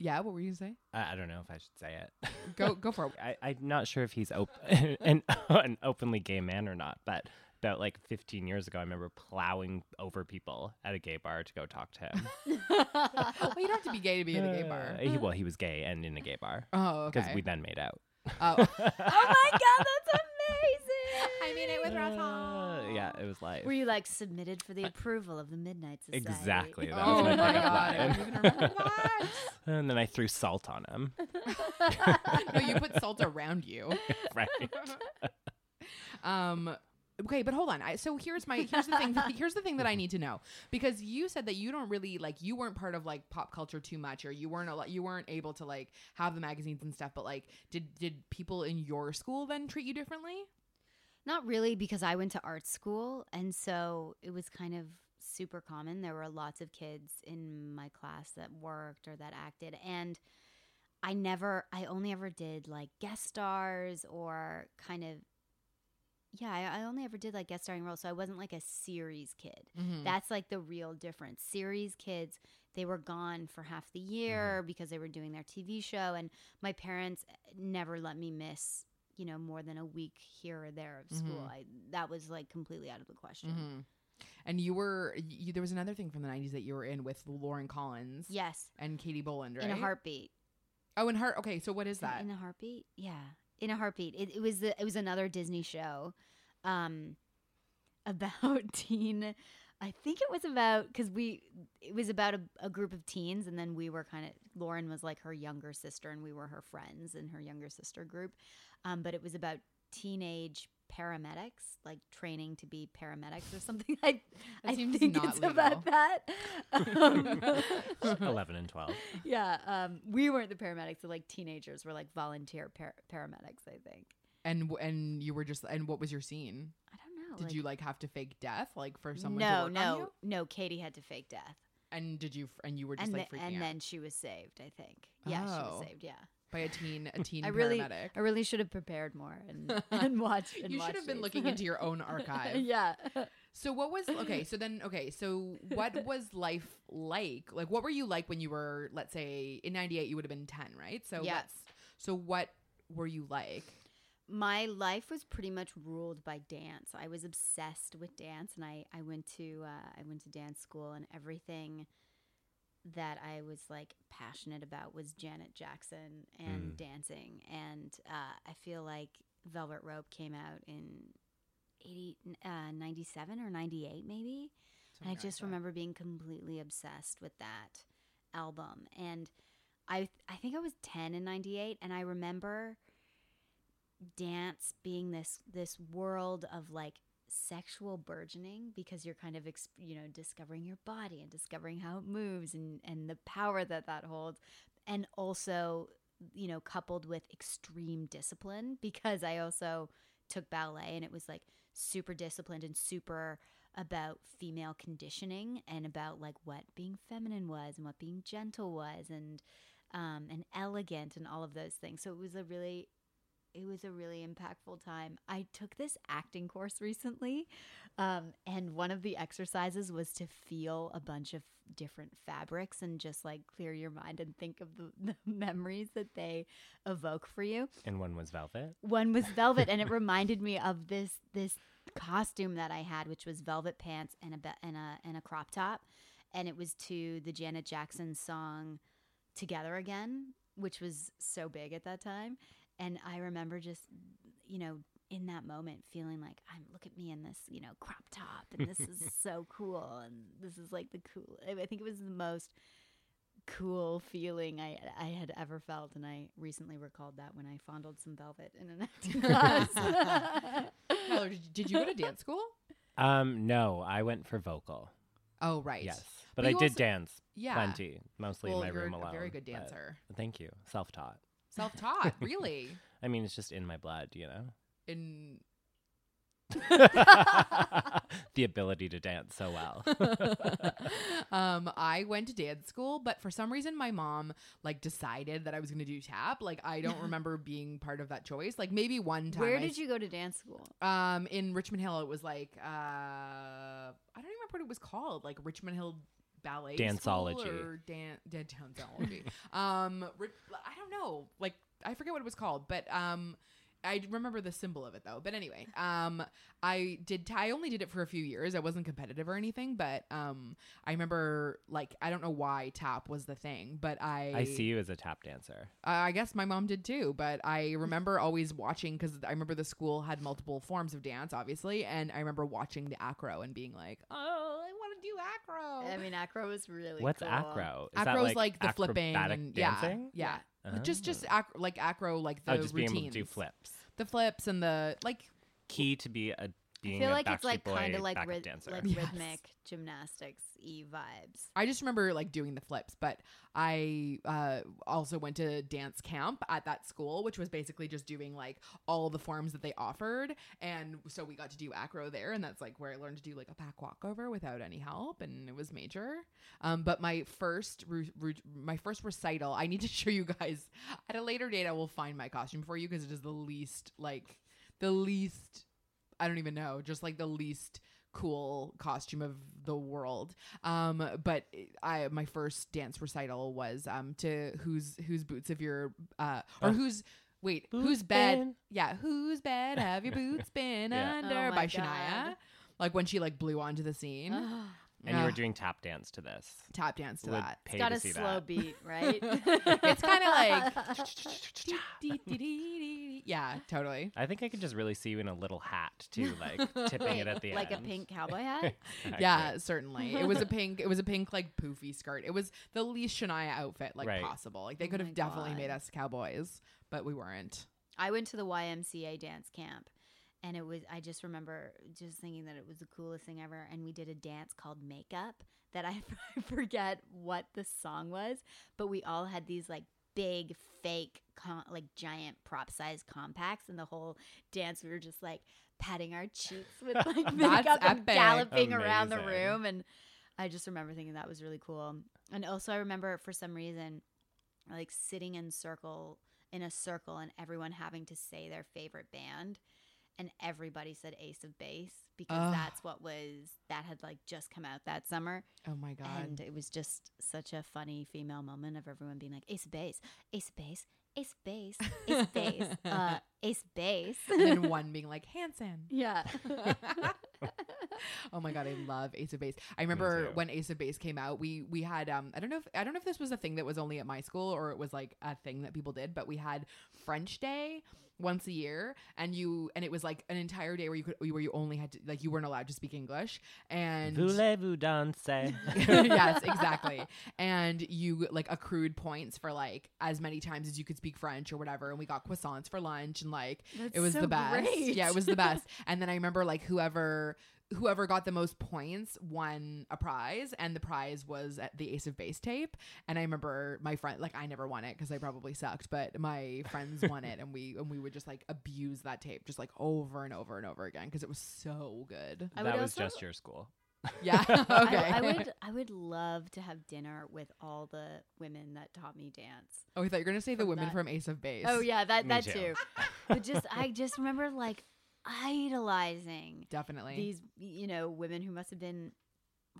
[SPEAKER 1] yeah, what were you gonna
[SPEAKER 2] I, I don't know if I should say it.
[SPEAKER 1] say? Go go (laughs) for it.
[SPEAKER 2] I, I'm not sure if he's op- (laughs) an, an openly gay man or not, but about like 15 years ago, I remember plowing over people at a gay bar to go talk to him.
[SPEAKER 1] Well, Oh, you don't have to be gay to be (laughs) in a gay bar.
[SPEAKER 2] Uh, he, well, he was gay and in a gay bar
[SPEAKER 1] Oh,
[SPEAKER 2] because
[SPEAKER 1] okay.
[SPEAKER 2] we then made out.
[SPEAKER 1] oh.
[SPEAKER 3] oh my god that's (laughs) amazing
[SPEAKER 1] I mean it with Ross Hall.
[SPEAKER 2] Uh, yeah, it was live.
[SPEAKER 3] Were you like submitted for the approval of the Midnight Society?
[SPEAKER 2] Exactly. That
[SPEAKER 1] Oh
[SPEAKER 2] was my,
[SPEAKER 1] my
[SPEAKER 2] pickup
[SPEAKER 1] God, I
[SPEAKER 2] line.
[SPEAKER 1] don't even remember that.
[SPEAKER 2] (laughs) and then I threw salt on
[SPEAKER 1] (laughs)
[SPEAKER 2] him.
[SPEAKER 3] (laughs)
[SPEAKER 2] (laughs)
[SPEAKER 1] no, you put salt around you. (laughs)
[SPEAKER 2] right.
[SPEAKER 1] Um okay, but hold on. I, so here's my here's the thing (laughs) here's the thing that I need to know because you said that you don't really like you weren't part of like pop culture too much or you weren't a lot you weren't able to like have the magazines and stuff but like did did people in your school then treat you differently?
[SPEAKER 3] Not really, because I went to art school, and so it was kind of super common. There were lots of kids in my class that worked or that acted, and I never, I only ever did like guest stars or kind of, yeah, I, I only ever did like guest starring roles. So I wasn't like a series kid.
[SPEAKER 1] Mm-hmm.
[SPEAKER 3] That's like the real difference. Series kids, they were gone for half the year because they were doing their TV show, and my parents eh, never let me miss, you know, more than a week here or there of school.
[SPEAKER 1] Mhm.
[SPEAKER 3] I, that was like completely out of the question.
[SPEAKER 1] Mhm. And you were you, there was another thing from the 90s that you were in with Lauren Collins
[SPEAKER 3] Yes,
[SPEAKER 1] and Katie Boland, right?
[SPEAKER 3] in a heartbeat.
[SPEAKER 1] Oh, in heart. Okay, so what is
[SPEAKER 3] In-
[SPEAKER 1] that?
[SPEAKER 3] in a heartbeat? Yeah, in a heartbeat. It, it was the, it was another Disney show, um, about (laughs) teen. I think it was about because we it was about a, a group of teens, and then we were kind of Lauren was like her younger sister, and we were her friends in her younger sister group. Um, but it was about teenage paramedics, like training to be paramedics or something. (laughs) I I
[SPEAKER 1] seems
[SPEAKER 3] think
[SPEAKER 1] not
[SPEAKER 3] it's
[SPEAKER 1] legal. (laughs)
[SPEAKER 3] about that. Um,
[SPEAKER 2] 11 and 12.
[SPEAKER 3] yeah, um, we weren't the paramedics. The like teenagers were like volunteer par- paramedics. I think
[SPEAKER 1] And w- and you were just and what was your scene?
[SPEAKER 3] I don't know.
[SPEAKER 1] Did you like have to fake death like for someone to
[SPEAKER 3] no,
[SPEAKER 1] work
[SPEAKER 3] no,
[SPEAKER 1] on you?
[SPEAKER 3] no. Katie had to fake death,
[SPEAKER 1] And did you f- and you were just
[SPEAKER 3] and
[SPEAKER 1] like
[SPEAKER 3] the-
[SPEAKER 1] freaking
[SPEAKER 3] and
[SPEAKER 1] out
[SPEAKER 3] then she was saved. I think. Yeah, she
[SPEAKER 1] Oh.
[SPEAKER 3] was saved. Yeah.
[SPEAKER 1] by a teen a teen
[SPEAKER 3] (laughs) I really,
[SPEAKER 1] paramedic?
[SPEAKER 3] I really should have prepared more
[SPEAKER 1] (laughs)
[SPEAKER 3] and, and watched. And
[SPEAKER 1] you should
[SPEAKER 3] watched
[SPEAKER 1] have been
[SPEAKER 3] these.
[SPEAKER 1] looking into your
[SPEAKER 3] (laughs)
[SPEAKER 1] own archive.
[SPEAKER 3] yeah.
[SPEAKER 1] So what was okay? So then okay. So
[SPEAKER 3] (laughs)
[SPEAKER 1] what was life like? Like what were you like when you were let's say in '98 you would have been 10, right? So
[SPEAKER 3] Yeah.
[SPEAKER 1] let's so what were you like?
[SPEAKER 3] my life was pretty much ruled by dance. I was obsessed with dance, and I I went to uh, I went to dance school, and everything that I was like passionate about was Janet Jackson and
[SPEAKER 2] Mm.
[SPEAKER 3] dancing. And uh, I feel like Velvet Rope came out in 80, uh, 97 or ninety eight, maybe. And I
[SPEAKER 1] Something
[SPEAKER 3] just
[SPEAKER 1] like that.
[SPEAKER 3] remember being completely obsessed with that album. And I I think I was 10 in 98 and I remember dance being this this world of like sexual burgeoning because you're kind of exp- you know discovering your body and discovering how it moves and and the power that that holds and also you know, coupled with extreme discipline (laughs) because I also took ballet and it was like super disciplined and super about female conditioning and about like what being feminine was and what being gentle was and um and elegant and all of those things. So it was a really it was a really impactful time. I took this acting course recently, um, and one of the exercises was to feel a bunch of different fabrics and just like clear your mind and think of the, (laughs) the memories that they evoke for you.
[SPEAKER 2] And one was velvet.
[SPEAKER 3] One was velvet, and it reminded me of this this costume that I had, which was velvet pants and a be- and a and a crop top, and it was to the Janet Jackson song "Together Again." Which was so big at that time, and I remember just, you know, in that moment feeling like I'm look at me in this, you know, crop top and this is so cool and this is like the cool I think it was the most cool feeling I I had ever felt and I recently recalled that when I fondled some velvet in
[SPEAKER 2] (laughs)
[SPEAKER 3] an acting class.
[SPEAKER 1] (laughs) Tyler, did- did
[SPEAKER 3] (laughs)
[SPEAKER 1] you go to dance school?
[SPEAKER 2] Um, no, I went for vocal.
[SPEAKER 1] Oh, right.
[SPEAKER 2] Yes, but,
[SPEAKER 1] But
[SPEAKER 2] I
[SPEAKER 1] you
[SPEAKER 2] did
[SPEAKER 1] also-
[SPEAKER 2] dance
[SPEAKER 1] Yeah.
[SPEAKER 2] plenty, mostly
[SPEAKER 1] Well,
[SPEAKER 2] in my
[SPEAKER 1] you're
[SPEAKER 2] room
[SPEAKER 1] a
[SPEAKER 2] alone.
[SPEAKER 1] very good
[SPEAKER 2] but-
[SPEAKER 1] dancer.
[SPEAKER 2] Thank you. Self-taught. (laughs)
[SPEAKER 1] Self-taught, really.
[SPEAKER 2] I mean, it's just in my blood, you know.
[SPEAKER 1] In (laughs)
[SPEAKER 2] the ability to dance so well.
[SPEAKER 1] um, I went to dance school, but for some reason, my mom like decided that I was going to do tap. Like, I
[SPEAKER 3] (laughs)
[SPEAKER 1] don't remember being part of that choice. Like, maybe one time.
[SPEAKER 3] Where
[SPEAKER 1] I-
[SPEAKER 3] did you go to dance school?
[SPEAKER 1] Um, in Richmond Hill, it was like uh, I don't even remember what it was called. Like Richmond Hill Ballet School
[SPEAKER 2] Danceology.
[SPEAKER 1] or dan- dan- danceology. (laughs) um, ri- I don't know. Like I forget what it was called, but um. I remember the symbol of it though. But anyway, um, I did. I only did it for a few years. I wasn't competitive or anything, but um, I remember like I don't know why tap was the thing, but I
[SPEAKER 2] I see you as a tap dancer.
[SPEAKER 1] I I guess my mom did too, but I remember always watching because I remember the school had multiple forms of dance, obviously, and I remember watching the acro and being like, "Oh, I want to do acro."
[SPEAKER 3] I mean, acro was really
[SPEAKER 2] What's
[SPEAKER 3] cool.
[SPEAKER 2] acro? Is that
[SPEAKER 1] Acro's like, the flipping
[SPEAKER 2] acrobatic
[SPEAKER 1] and
[SPEAKER 2] dancing?
[SPEAKER 1] yeah, yeah.
[SPEAKER 2] Oh.
[SPEAKER 1] Just just acro, like acro, like the
[SPEAKER 2] oh, just
[SPEAKER 1] routines,
[SPEAKER 2] being able to do flips.
[SPEAKER 1] the flips, and the like.
[SPEAKER 2] Key to be a
[SPEAKER 3] I
[SPEAKER 2] being
[SPEAKER 3] feel
[SPEAKER 2] a
[SPEAKER 3] like
[SPEAKER 2] Backstreet
[SPEAKER 3] it's like
[SPEAKER 2] Boy
[SPEAKER 3] kind of like,
[SPEAKER 2] backup
[SPEAKER 3] ryth-
[SPEAKER 2] dancer.
[SPEAKER 3] like
[SPEAKER 1] Yes.
[SPEAKER 3] rhythmic gymnastics e vibes.
[SPEAKER 1] I just remember like doing the flips, but I uh, also went to dance camp at that school, which was basically just doing like all the forms that they offered, and so we got to do acro there, and that's like where I learned to do like a back walkover without any help, and it was major. Um, but my first ru- ru- my first recital, I need to (laughs) show you guys at a later date. I will find my costume for you because it is the least like the least I don't even know, just like the least cool costume of the world. Um, but I my first dance recital was um to whose whose boots of your uh or
[SPEAKER 2] Oh.
[SPEAKER 1] whose wait
[SPEAKER 2] Boots
[SPEAKER 1] whose bed
[SPEAKER 2] been-
[SPEAKER 1] yeah whose bed have your
[SPEAKER 2] (laughs)
[SPEAKER 1] boots been
[SPEAKER 2] Yeah.
[SPEAKER 1] under
[SPEAKER 3] Oh my
[SPEAKER 1] by
[SPEAKER 3] God.
[SPEAKER 1] Shania like when she like blew onto the scene
[SPEAKER 3] Ugh.
[SPEAKER 2] and you were
[SPEAKER 1] Ugh,
[SPEAKER 2] doing tap dance to this.
[SPEAKER 1] tap dance to
[SPEAKER 2] Would
[SPEAKER 1] that
[SPEAKER 2] pay
[SPEAKER 3] It's got
[SPEAKER 2] to
[SPEAKER 3] a
[SPEAKER 2] see
[SPEAKER 3] slow
[SPEAKER 2] that.
[SPEAKER 3] beat,
[SPEAKER 2] (laughs)
[SPEAKER 3] right?
[SPEAKER 1] it's kind of
[SPEAKER 3] (laughs)
[SPEAKER 1] like
[SPEAKER 2] like
[SPEAKER 1] dee, dee, dee, dee, dee. yeah totally
[SPEAKER 2] (laughs) I think I could just really see you in a little hat too, (laughs)
[SPEAKER 3] (laughs)
[SPEAKER 2] like tipping
[SPEAKER 3] Wait,
[SPEAKER 2] it at the
[SPEAKER 3] like
[SPEAKER 2] end. (laughs)
[SPEAKER 3] a pink cowboy hat.
[SPEAKER 2] Exactly.
[SPEAKER 1] yeah
[SPEAKER 3] (laughs)
[SPEAKER 1] certainly it was a pink it was a pink like poofy skirt it was the least Shania outfit like
[SPEAKER 2] Right.
[SPEAKER 1] possible like they
[SPEAKER 3] Oh
[SPEAKER 1] could
[SPEAKER 3] my
[SPEAKER 1] have definitely made
[SPEAKER 3] God.
[SPEAKER 1] us cowboys but we weren't
[SPEAKER 3] I went to the YMCA dance camp and it was I just remember just thinking that it was the coolest thing ever and we did a dance called makeup that I (laughs) forget what the song was, but we all had these like big fake com- like giant prop size compacts and the whole dance we were just like patting our cheeks
[SPEAKER 2] (laughs)
[SPEAKER 3] with like
[SPEAKER 2] That's
[SPEAKER 3] makeup and
[SPEAKER 1] epic.
[SPEAKER 3] galloping around the
[SPEAKER 2] Amazing.
[SPEAKER 3] room and I just remember thinking that was really cool. And also I remember for some reason like sitting in circle in a circle and everyone having to say their favorite band and everybody said Ace of Base because
[SPEAKER 1] Ugh.
[SPEAKER 3] that's what was that had like just come out that summer
[SPEAKER 1] oh my god
[SPEAKER 3] and it was just such a funny female moment of everyone being like Ace of Base, Ace of Base, Ace of Base, Ace of Base,
[SPEAKER 1] (laughs)
[SPEAKER 3] (laughs) uh, Ace of Base.
[SPEAKER 1] and then one being like Hanson.
[SPEAKER 3] (laughs) yeah.
[SPEAKER 1] oh my god, I love Ace of Base. I remember
[SPEAKER 2] too.
[SPEAKER 1] when Ace of Base came out, we we had um I don't know if I don't know if this was a thing that was only at my school or it was like a thing that people did, but we had French Day once a year and you and it was like an entire day where you could where you only had to like you weren't allowed to speak English and
[SPEAKER 2] Voulez-vous
[SPEAKER 3] (laughs)
[SPEAKER 2] danser?
[SPEAKER 1] (laughs) yes, exactly. And you like accrued points for like as many times as you could speak French or whatever. And we got croissants for lunch and like (laughs)
[SPEAKER 3] That's
[SPEAKER 1] it was
[SPEAKER 3] so
[SPEAKER 1] the best.
[SPEAKER 3] great. (laughs)
[SPEAKER 1] Yeah, it was the best. and then I remember like whoever whoever got the most points won a prize and the prize was at the ace of base tape and i remember my friend like i never won it because i probably sucked but my friends won it and we and we would just like abuse that tape just like over and over and over again because it was so
[SPEAKER 3] (laughs)
[SPEAKER 1] good
[SPEAKER 3] I
[SPEAKER 2] that
[SPEAKER 3] would
[SPEAKER 2] was
[SPEAKER 3] also-
[SPEAKER 2] just your school.
[SPEAKER 1] yeah
[SPEAKER 3] I-
[SPEAKER 1] okay (laughs)
[SPEAKER 3] I, would I would love to have dinner with all the women that taught me dance.
[SPEAKER 1] oh i thought you were gonna say the
[SPEAKER 3] From
[SPEAKER 1] women
[SPEAKER 3] that-
[SPEAKER 1] from ace of base
[SPEAKER 3] Oh yeah, that
[SPEAKER 2] Me
[SPEAKER 3] that
[SPEAKER 2] too.
[SPEAKER 3] too. but just I just remember like
[SPEAKER 2] (laughs)
[SPEAKER 3] idolizing
[SPEAKER 1] definitely
[SPEAKER 3] these you know women who must have been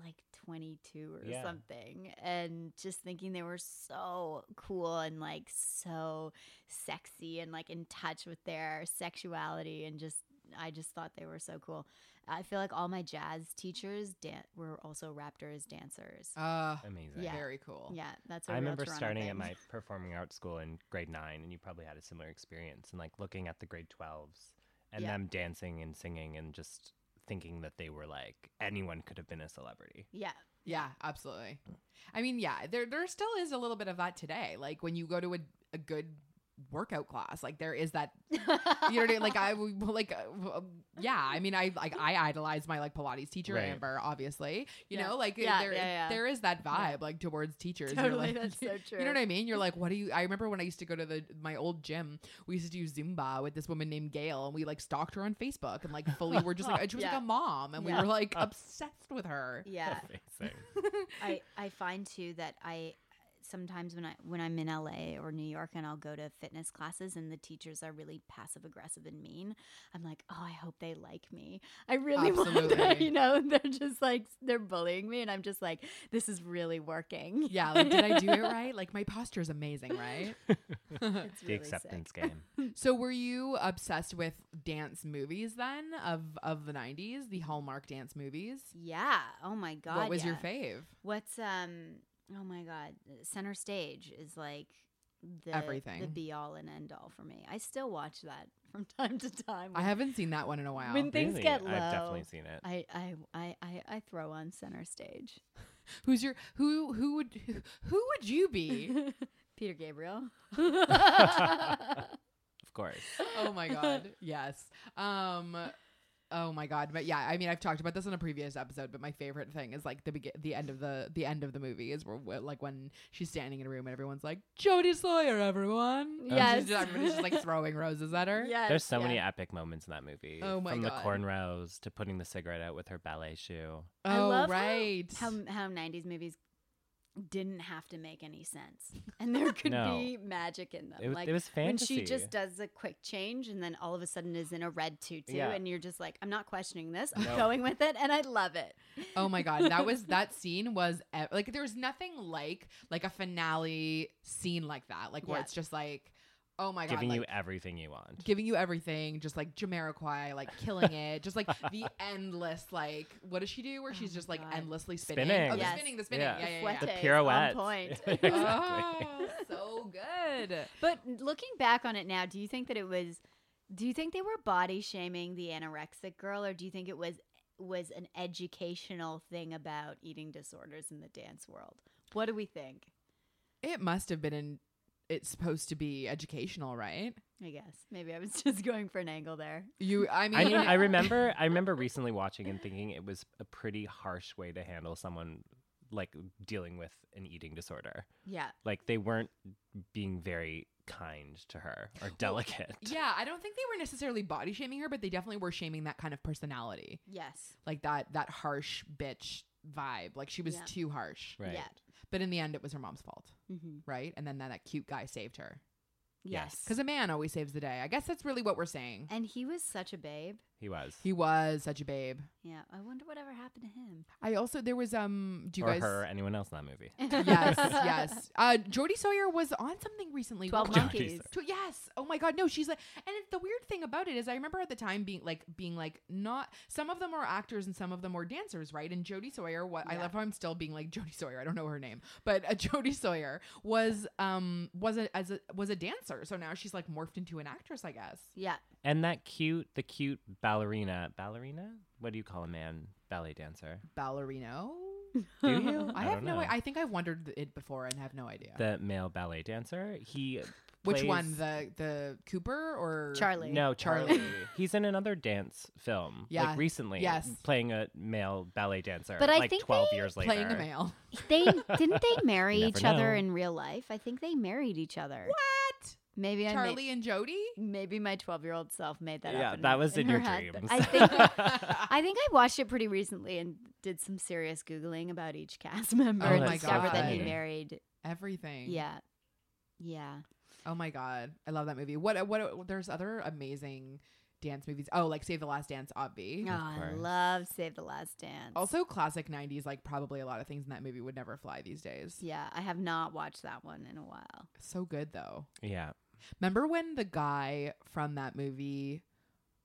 [SPEAKER 3] like 22 or
[SPEAKER 2] Yeah.
[SPEAKER 3] something and just thinking they were so cool and like so sexy and like in touch with their sexuality and just I just thought they were so cool. I feel like all my jazz teachers dan- were also Raptors dancers.
[SPEAKER 1] uh
[SPEAKER 2] Amazing.
[SPEAKER 3] Yeah.
[SPEAKER 1] very cool
[SPEAKER 3] Yeah, that's. a
[SPEAKER 2] Oh, I
[SPEAKER 3] real
[SPEAKER 2] remember
[SPEAKER 3] Toronto
[SPEAKER 2] starting at
[SPEAKER 3] thing.
[SPEAKER 2] my performing arts school in grade nine, and you probably had a similar experience, and like looking at the grade 12s and
[SPEAKER 3] Yeah.
[SPEAKER 2] them dancing and singing and just thinking that they were like anyone could have been a celebrity.
[SPEAKER 3] (laughs)
[SPEAKER 2] (laughs)
[SPEAKER 3] Yeah,
[SPEAKER 1] Yeah, absolutely. I mean, yeah, there there still is a little bit of that today. Like when you go to a, a good workout class, like there is that
[SPEAKER 3] you
[SPEAKER 1] you know what I mean? like I would- like uh, yeah, I mean I like I idolize my like Pilates teacher
[SPEAKER 2] Right.
[SPEAKER 1] Amber obviously. You
[SPEAKER 3] Yeah.
[SPEAKER 1] know, like
[SPEAKER 3] Yeah,
[SPEAKER 1] there
[SPEAKER 3] yeah, yeah.
[SPEAKER 1] there is that
[SPEAKER 3] Yeah.
[SPEAKER 1] vibe like towards teachers. You're
[SPEAKER 3] (laughs) Totally,
[SPEAKER 2] (laughs)
[SPEAKER 1] like-
[SPEAKER 3] that's
[SPEAKER 1] (laughs)
[SPEAKER 3] so
[SPEAKER 1] You know
[SPEAKER 3] true.
[SPEAKER 1] what I mean? You're like, what do you I remember when I used to go to the my old gym, we used to do Zumba with this woman named Gail and we like stalked her on Facebook and like
[SPEAKER 3] (laughs)
[SPEAKER 1] fully were just like she was
[SPEAKER 3] Yeah.
[SPEAKER 1] like a mom and
[SPEAKER 3] Yeah.
[SPEAKER 1] we were like obsessed with her. (laughs)
[SPEAKER 3] yeah.
[SPEAKER 2] Amazing.
[SPEAKER 3] (laughs) I I find too that I sometimes when I when I'm in LA or New York and I'll go to fitness classes and the teachers are really passive aggressive and mean, I'm like, "Oh, I hope they like me." I really (laughs) want that,
[SPEAKER 1] Absolutely.
[SPEAKER 3] you know, they're just like they're bullying me and I'm just like, "This is really working."
[SPEAKER 1] Yeah, like did I do it right? Like my posture is amazing, right?
[SPEAKER 3] (laughs) (laughs) It's
[SPEAKER 2] the
[SPEAKER 3] really sick.
[SPEAKER 2] acceptance game.
[SPEAKER 1] so were you obsessed with dance movies then of of the 90s, the Hallmark dance movies?
[SPEAKER 3] Yeah. Oh my god.
[SPEAKER 1] what was your
[SPEAKER 3] yeah.
[SPEAKER 1] fave?
[SPEAKER 3] What's um oh my god, center stage is like the the
[SPEAKER 1] Everything.
[SPEAKER 3] be all and end all for me. I still watch that from (laughs) time to time.
[SPEAKER 1] I
[SPEAKER 3] when-
[SPEAKER 1] haven't seen that one in a while.
[SPEAKER 3] When (laughs) things
[SPEAKER 2] Really?
[SPEAKER 3] get
[SPEAKER 2] I've definitely
[SPEAKER 3] low,
[SPEAKER 2] seen it.
[SPEAKER 3] I I I I, I throw on center stage.
[SPEAKER 1] Who's your who who would who would you be?
[SPEAKER 3] (laughs) Peter Gabriel. (laughs) Oh,
[SPEAKER 2] Of course.
[SPEAKER 1] oh my god. Yes. Um Oh my god, but yeah, I mean, I've talked about this in a previous episode, but my favorite thing is like the begin- the end of the the end of the movie is where, where like when she's standing in a room and everyone's like Jodie Sawyer, everyone. And she's
[SPEAKER 3] Yes.
[SPEAKER 1] just- everybody's just like throwing roses at her.
[SPEAKER 3] Yes,
[SPEAKER 2] There's so
[SPEAKER 3] yeah.
[SPEAKER 2] many epic moments in that movie.
[SPEAKER 1] Oh my
[SPEAKER 2] From
[SPEAKER 1] God.
[SPEAKER 2] the cornrows to putting the cigarette out with her ballet shoe.
[SPEAKER 1] Oh
[SPEAKER 3] I love how-
[SPEAKER 1] right.
[SPEAKER 3] How how 90s movies didn't have to make any sense, and there could
[SPEAKER 2] No.
[SPEAKER 3] be magic in them.
[SPEAKER 2] It was,
[SPEAKER 3] like
[SPEAKER 2] it was
[SPEAKER 3] when
[SPEAKER 2] fantasy.
[SPEAKER 3] she just does a quick change, and then all of a sudden is in a red tutu,
[SPEAKER 2] Yeah.
[SPEAKER 3] and you're just like, I'm not questioning this. I'm
[SPEAKER 2] No.
[SPEAKER 3] going with it, and I love it.
[SPEAKER 1] oh my god, that
[SPEAKER 3] (laughs)
[SPEAKER 1] was that scene was e- like there was nothing like like a finale scene like that, like where
[SPEAKER 3] Yeah.
[SPEAKER 1] it's just like, oh my god,
[SPEAKER 2] giving you
[SPEAKER 1] like,
[SPEAKER 2] everything you want.
[SPEAKER 1] giving you everything, just like Jamiroquai, like killing it, just like (laughs) the endless like what does she do where she's
[SPEAKER 3] my
[SPEAKER 1] just like
[SPEAKER 3] God.
[SPEAKER 1] endlessly spinning,
[SPEAKER 2] Spinning.
[SPEAKER 1] oh the
[SPEAKER 3] Yes.
[SPEAKER 1] spinning, the spinning,
[SPEAKER 2] Yeah.
[SPEAKER 1] yeah,
[SPEAKER 3] The
[SPEAKER 1] yeah, yeah.
[SPEAKER 2] the (laughs)
[SPEAKER 3] fouettes on
[SPEAKER 2] pirouette.
[SPEAKER 3] point.
[SPEAKER 2] (laughs)
[SPEAKER 3] (laughs)
[SPEAKER 2] exactly.
[SPEAKER 1] Oh, so good.
[SPEAKER 3] But looking back on it now, do you think that it was? Do you think they were body shaming the anorexic girl, or do you think it was was an educational thing about eating disorders in the dance world? What do we think?
[SPEAKER 1] It must have been in. It's supposed to be educational, right?
[SPEAKER 3] I guess maybe I was (laughs) just going for an angle there.
[SPEAKER 1] You, I mean,
[SPEAKER 2] I
[SPEAKER 1] (laughs)
[SPEAKER 2] mean, I remember, I remember recently watching and thinking it was a pretty harsh way to handle someone like dealing with an eating disorder.
[SPEAKER 3] Yeah,
[SPEAKER 2] Like they weren't being very kind to her or delicate.
[SPEAKER 1] Yeah, I don't think they were necessarily body shaming her, but they definitely were shaming that kind of personality,
[SPEAKER 3] yes,
[SPEAKER 1] like that that harsh bitch vibe. Like she was
[SPEAKER 3] Yeah.
[SPEAKER 1] too harsh.
[SPEAKER 2] (laughs) Right.
[SPEAKER 3] yeah,
[SPEAKER 1] But in the end, it was her mom's fault,
[SPEAKER 3] mm-hmm.
[SPEAKER 1] right? And then that, that cute guy saved her
[SPEAKER 3] yes.
[SPEAKER 1] because a man always saves the day. I guess that's really what we're saying.
[SPEAKER 3] and he was such a babe.
[SPEAKER 2] He was.
[SPEAKER 1] He was such a babe.
[SPEAKER 3] Yeah, I wonder whatever happened to (laughs) him.
[SPEAKER 1] I also there was um. Do you
[SPEAKER 2] or
[SPEAKER 1] guys?
[SPEAKER 2] her or anyone else in that movie.
[SPEAKER 1] (laughs) yes,
[SPEAKER 3] (laughs)
[SPEAKER 1] yes. Uh, Jodie Sawyer was on something recently.
[SPEAKER 3] Twelve
[SPEAKER 1] What
[SPEAKER 2] Johnny
[SPEAKER 3] monkeys.
[SPEAKER 2] Sawyer.
[SPEAKER 1] To- yes. Oh my God. No, she's like, and it, the weird thing about it is, I remember at the time being like, being like, not some of them are actors and some of them are dancers, right? And Jodie Sawyer, what I
[SPEAKER 3] Yeah.
[SPEAKER 1] love how I'm still being like Jodie Sawyer. I don't know her name, but uh, (laughs) Jodie Sawyer was um was a as a was a dancer, so now she's like morphed into an actress, I guess.
[SPEAKER 3] Yeah,
[SPEAKER 2] And that cute, the cute ballerina, ballerina. What do you call a man ballet dancer?
[SPEAKER 1] Ballerino.
[SPEAKER 2] Do you?
[SPEAKER 1] I, have
[SPEAKER 2] don't
[SPEAKER 1] no.
[SPEAKER 2] know.
[SPEAKER 1] I think I've wondered it before and have no idea.
[SPEAKER 2] the male ballet dancer. He
[SPEAKER 1] Which
[SPEAKER 2] plays-
[SPEAKER 1] one? The the Cooper or
[SPEAKER 3] Charlie.
[SPEAKER 2] No,
[SPEAKER 1] Charlie.
[SPEAKER 2] Charlie. (laughs) He's in another dance film.
[SPEAKER 1] Yeah.
[SPEAKER 2] Like recently.
[SPEAKER 1] Yes.
[SPEAKER 2] Playing a male ballet dancer.
[SPEAKER 3] But I
[SPEAKER 2] like
[SPEAKER 3] think
[SPEAKER 2] 12 years later.
[SPEAKER 1] Playing a
[SPEAKER 3] (laughs)
[SPEAKER 1] male.
[SPEAKER 3] (laughs) They didn't they marry
[SPEAKER 2] Never
[SPEAKER 3] each other
[SPEAKER 2] know.
[SPEAKER 3] in real life? I think they married each other.
[SPEAKER 1] What?
[SPEAKER 3] Maybe I made,
[SPEAKER 1] Charlie and
[SPEAKER 3] (laughs)
[SPEAKER 1] Jody?
[SPEAKER 3] maybe my 12-year-old self made that
[SPEAKER 2] yeah,
[SPEAKER 3] up. in-
[SPEAKER 2] that was in,
[SPEAKER 3] her
[SPEAKER 2] your
[SPEAKER 3] head, but
[SPEAKER 2] dreams.
[SPEAKER 3] I (laughs) think I think I watched it pretty recently and did some serious googling about each cast (laughs) member
[SPEAKER 1] Oh
[SPEAKER 3] and
[SPEAKER 1] my
[SPEAKER 3] discovered that he
[SPEAKER 1] God.
[SPEAKER 3] married.
[SPEAKER 1] (laughs) Everything.
[SPEAKER 3] Yeah, yeah.
[SPEAKER 1] Oh my god, I love that movie. What? What? There's other amazing dance movies. Oh, like Save the Last Dance, obvi.
[SPEAKER 3] Oh, I
[SPEAKER 2] course.
[SPEAKER 3] love Save the Last Dance.
[SPEAKER 1] Also, classic '90s. Like probably a lot of things in that movie would never fly these days.
[SPEAKER 3] yeah, I have not watched that one in a
[SPEAKER 1] (laughs)
[SPEAKER 3] while.
[SPEAKER 1] So good though.
[SPEAKER 2] yeah.
[SPEAKER 1] Remember when the guy from that movie,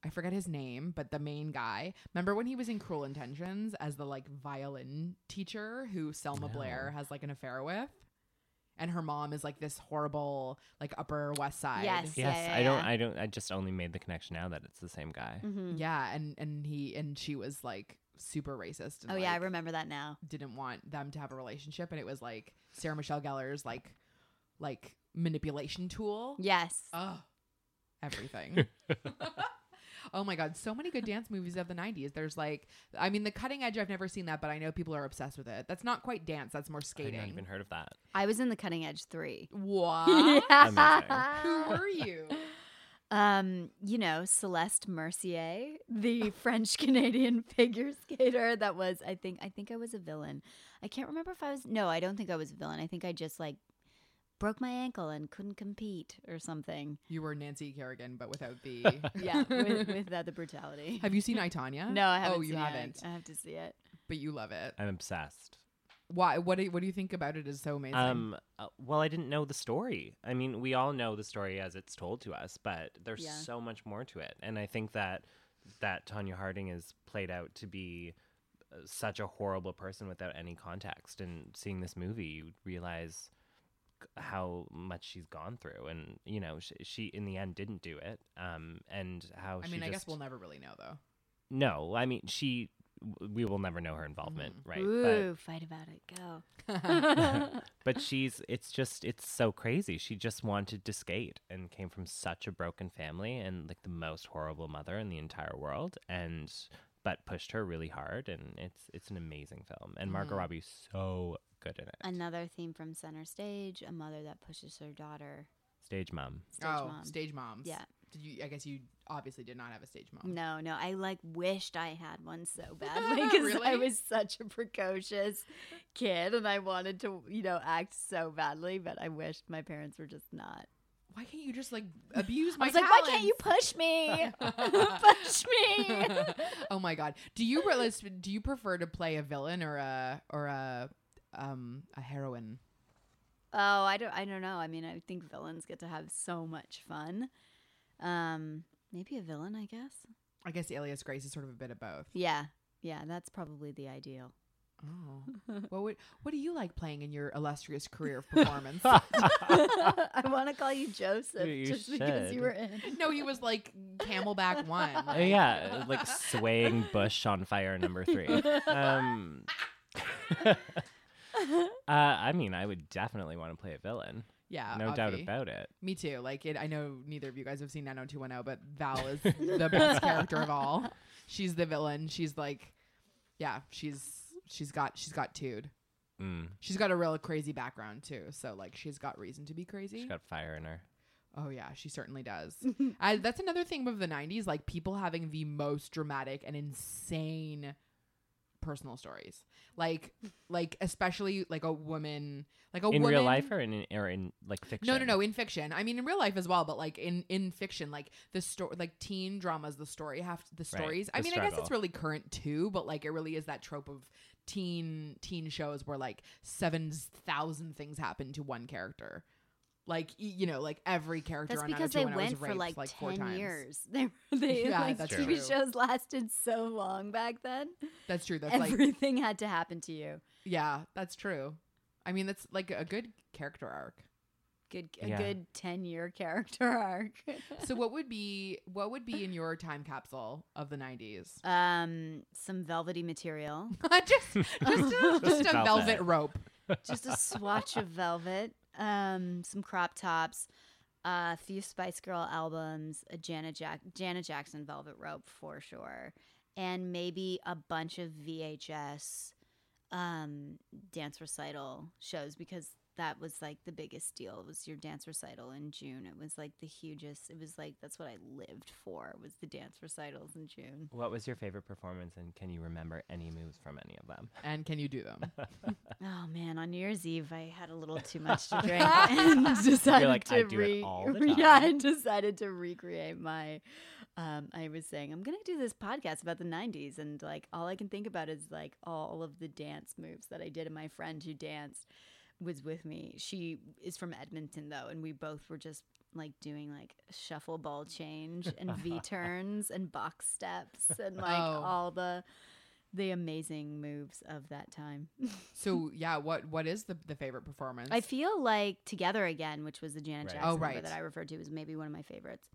[SPEAKER 1] I forget his name, but the main guy. Remember when he was in Cruel Intentions as the like violin teacher who Selma
[SPEAKER 2] No.
[SPEAKER 1] Blair has like an affair with, and her mom is like this horrible like Upper West Side.
[SPEAKER 3] Yes. Yeah,
[SPEAKER 2] Yes.
[SPEAKER 3] yeah,
[SPEAKER 2] I don't,
[SPEAKER 3] yeah.
[SPEAKER 2] I don't, I just only made the connection now that it's the same guy.
[SPEAKER 1] Mm.
[SPEAKER 3] Mhm.
[SPEAKER 1] Yeah, and and he and she was like super racist. And,
[SPEAKER 3] Oh yeah, I
[SPEAKER 1] like,
[SPEAKER 3] remember that now.
[SPEAKER 1] didn't want them to have a relationship and it was like Sarah Michelle Gellar's like like manipulation tool.
[SPEAKER 3] Yes.
[SPEAKER 1] Ugh.
[SPEAKER 2] (laughs)
[SPEAKER 1] Everything. oh my god, so many good dance movies of the 90s. There's like I mean the cutting edge I've never seen that but I know people are obsessed with it. That's not quite dance, that's more
[SPEAKER 2] I've not
[SPEAKER 1] skating.
[SPEAKER 2] even heard of that.
[SPEAKER 3] I was in the Cutting Edge three. (laughs)
[SPEAKER 1] What?
[SPEAKER 2] Amazing.
[SPEAKER 1] (laughs) Who were you?
[SPEAKER 3] um, you know, Celeste Mercier, the French (laughs) Canadian figure skater that was I think I think I was a villain. I can't remember if I was no, I don't think I was a villain. I think I just like broke my ankle and couldn't compete or something.
[SPEAKER 1] You were Nancy Kerrigan but without the
[SPEAKER 2] (laughs)
[SPEAKER 3] Yeah, (laughs) with, without the brutality.
[SPEAKER 1] (laughs) Have you seen I Tanya?
[SPEAKER 3] no, I haven't
[SPEAKER 1] Oh, you
[SPEAKER 3] seen it.
[SPEAKER 1] haven't.
[SPEAKER 3] I have to see it.
[SPEAKER 1] But you love it.
[SPEAKER 2] I'm obsessed.
[SPEAKER 1] Why what do you, what do you think about it is so amazing?
[SPEAKER 2] Um, uh, well, I didn't know the story. I mean, we all know the story as it's told to us, but there's
[SPEAKER 3] Yeah.
[SPEAKER 2] so much more to it, and I think that that Tanya Harding is played out to be uh, such a horrible person without any context. And seeing this movie, you realize c- how much she's gone through, and you know, she, she in the end didn't do it. Um, and how
[SPEAKER 1] I
[SPEAKER 2] she
[SPEAKER 1] mean, I guess
[SPEAKER 2] just-
[SPEAKER 1] we'll never really know though. (laughs)
[SPEAKER 2] no, I mean, she. w- We will never know her involvement, right? But-
[SPEAKER 3] Ooh, fight about it.
[SPEAKER 1] (laughs)
[SPEAKER 3] Go.
[SPEAKER 2] but she's it's just it's so crazy she just wanted to skate and came from such a broken family and like the most horrible mother in the entire world and but pushed her really hard and it's it's an amazing film and margot
[SPEAKER 1] Mhm.
[SPEAKER 2] robbie's so good in it
[SPEAKER 3] (laughs) Another theme from center stage, a mother that pushes her daughter.
[SPEAKER 2] stage mom (laughs)
[SPEAKER 3] Stage
[SPEAKER 1] oh,
[SPEAKER 3] mom.
[SPEAKER 1] stage moms.
[SPEAKER 3] Yeah.
[SPEAKER 1] Did you? I guess you obviously did not have a stage mom.
[SPEAKER 3] No, no. I like wished I had
[SPEAKER 1] (laughs)
[SPEAKER 3] one so badly because I
[SPEAKER 1] Really?
[SPEAKER 3] was such a precocious kid and I wanted to, you know, act so badly, but I wished my parents were just not.
[SPEAKER 1] Why can't you just like abuse
[SPEAKER 3] I
[SPEAKER 1] my?
[SPEAKER 3] was like, why can't you push me?
[SPEAKER 1] (laughs)
[SPEAKER 3] push me.
[SPEAKER 1] talents?" (laughs) oh my god. Do you realize? Do you prefer to play a villain or a or a um a heroine?
[SPEAKER 3] Oh, I don't I don't know. I mean, I think villains get to have so much fun. Um, maybe a villain, I guess.
[SPEAKER 1] I guess Alias Grace is sort of a bit of both.
[SPEAKER 3] Yeah. Yeah, that's probably the ideal. (laughs)
[SPEAKER 1] Oh. What would what do you like playing in your illustrious career of performance?
[SPEAKER 3] (laughs) I want to call you Joseph
[SPEAKER 2] You
[SPEAKER 3] just because you
[SPEAKER 2] should.
[SPEAKER 3] were in.
[SPEAKER 1] no, he was like Camelback One.
[SPEAKER 2] Uh, (laughs) yeah like swaying bush on fire number
[SPEAKER 3] (laughs)
[SPEAKER 2] three (laughs)
[SPEAKER 1] (laughs)
[SPEAKER 2] um uh, i mean i would definitely want to play a villain
[SPEAKER 1] (laughs) yeah,
[SPEAKER 2] no doubt
[SPEAKER 1] obvi.
[SPEAKER 2] about it
[SPEAKER 1] Me too. Like it, I know neither of you guys have seen 90210, but Val is the best character of all. She's the villain. She's like, yeah, she's she's got she's got tude.
[SPEAKER 2] mm,
[SPEAKER 1] She's got a real crazy background too. So like she's got reason to be
[SPEAKER 2] she's
[SPEAKER 1] crazy.
[SPEAKER 2] got fire in her
[SPEAKER 1] oh yeah, she certainly does. I, that's another thing of the 90s, like people having the most dramatic and insane personal stories. Like like especially like a woman, like a
[SPEAKER 2] in
[SPEAKER 1] woman
[SPEAKER 2] real life or in or in like fiction?
[SPEAKER 1] No, no,
[SPEAKER 2] (laughs)
[SPEAKER 1] no. In fiction, I mean in real life as well, but like in in fiction, like the story, like teen dramas, the story have the stories. I
[SPEAKER 2] the
[SPEAKER 1] mean, I guess it's
[SPEAKER 2] struggle.
[SPEAKER 1] really current too, but like it really is that trope of teen teen shows where like seven thousand things happen to one character. Like y- you know, like every character.
[SPEAKER 3] That's
[SPEAKER 1] on
[SPEAKER 3] because they
[SPEAKER 1] 90210 was
[SPEAKER 3] went for
[SPEAKER 1] raped,
[SPEAKER 3] like,
[SPEAKER 1] four
[SPEAKER 3] ten
[SPEAKER 1] times.
[SPEAKER 3] years. (laughs) They, they
[SPEAKER 1] Yeah,
[SPEAKER 3] like
[SPEAKER 1] that's
[SPEAKER 3] TV
[SPEAKER 2] true.
[SPEAKER 3] shows lasted so long back then.
[SPEAKER 1] That's true. That's
[SPEAKER 3] (laughs)
[SPEAKER 1] like
[SPEAKER 3] Everything had to happen to you.
[SPEAKER 1] yeah, that's true. I mean, that's like a good character arc.
[SPEAKER 3] Good, a
[SPEAKER 2] Yeah.
[SPEAKER 3] good ten year character (laughs) arc.
[SPEAKER 1] So, what would be what would be in your time capsule of the nineties? (laughs)
[SPEAKER 3] um, some velvety material,
[SPEAKER 1] just just
[SPEAKER 2] (laughs)
[SPEAKER 1] a, just a
[SPEAKER 2] velvet.
[SPEAKER 1] velvet rope.
[SPEAKER 3] just a swatch of velvet. Um, some crop tops. a few Spice Girl albums, a Janet Jack Janet Jackson Velvet Rope for sure, and maybe a bunch of VHS um, dance recital shows because that was like the biggest deal. It was your dance recital in June. It was like the hugest. It was like that's what I lived for was the dance recitals in June.
[SPEAKER 2] What was your favorite performance, and can you remember any moves from any of them?
[SPEAKER 1] And can you do them?
[SPEAKER 3] Oh man, on New Year's Eve I had a little too much to
[SPEAKER 2] (laughs)
[SPEAKER 3] drink and decided
[SPEAKER 2] like,
[SPEAKER 3] to
[SPEAKER 2] "I do it
[SPEAKER 3] re-
[SPEAKER 2] all the
[SPEAKER 3] (laughs) yeah, I
[SPEAKER 2] time."
[SPEAKER 3] decided to recreate my. Um, I was saying I'm gonna do this podcast about the '90s, and like all I can think about is like all of the dance moves that I did, and my friend who danced was with me. She is from Edmonton though, and we both were just like doing like shuffle ball change
[SPEAKER 2] (laughs)
[SPEAKER 3] and V turns and box steps and like
[SPEAKER 1] Oh.
[SPEAKER 3] all the the amazing moves of that time.
[SPEAKER 1] so yeah, what what is the, the favorite performance?
[SPEAKER 3] I feel like Together Again, which was the Janet
[SPEAKER 2] Right.
[SPEAKER 3] Jackson
[SPEAKER 1] Oh,
[SPEAKER 3] cover
[SPEAKER 1] right.
[SPEAKER 3] that I referred to, is maybe one of my favorites.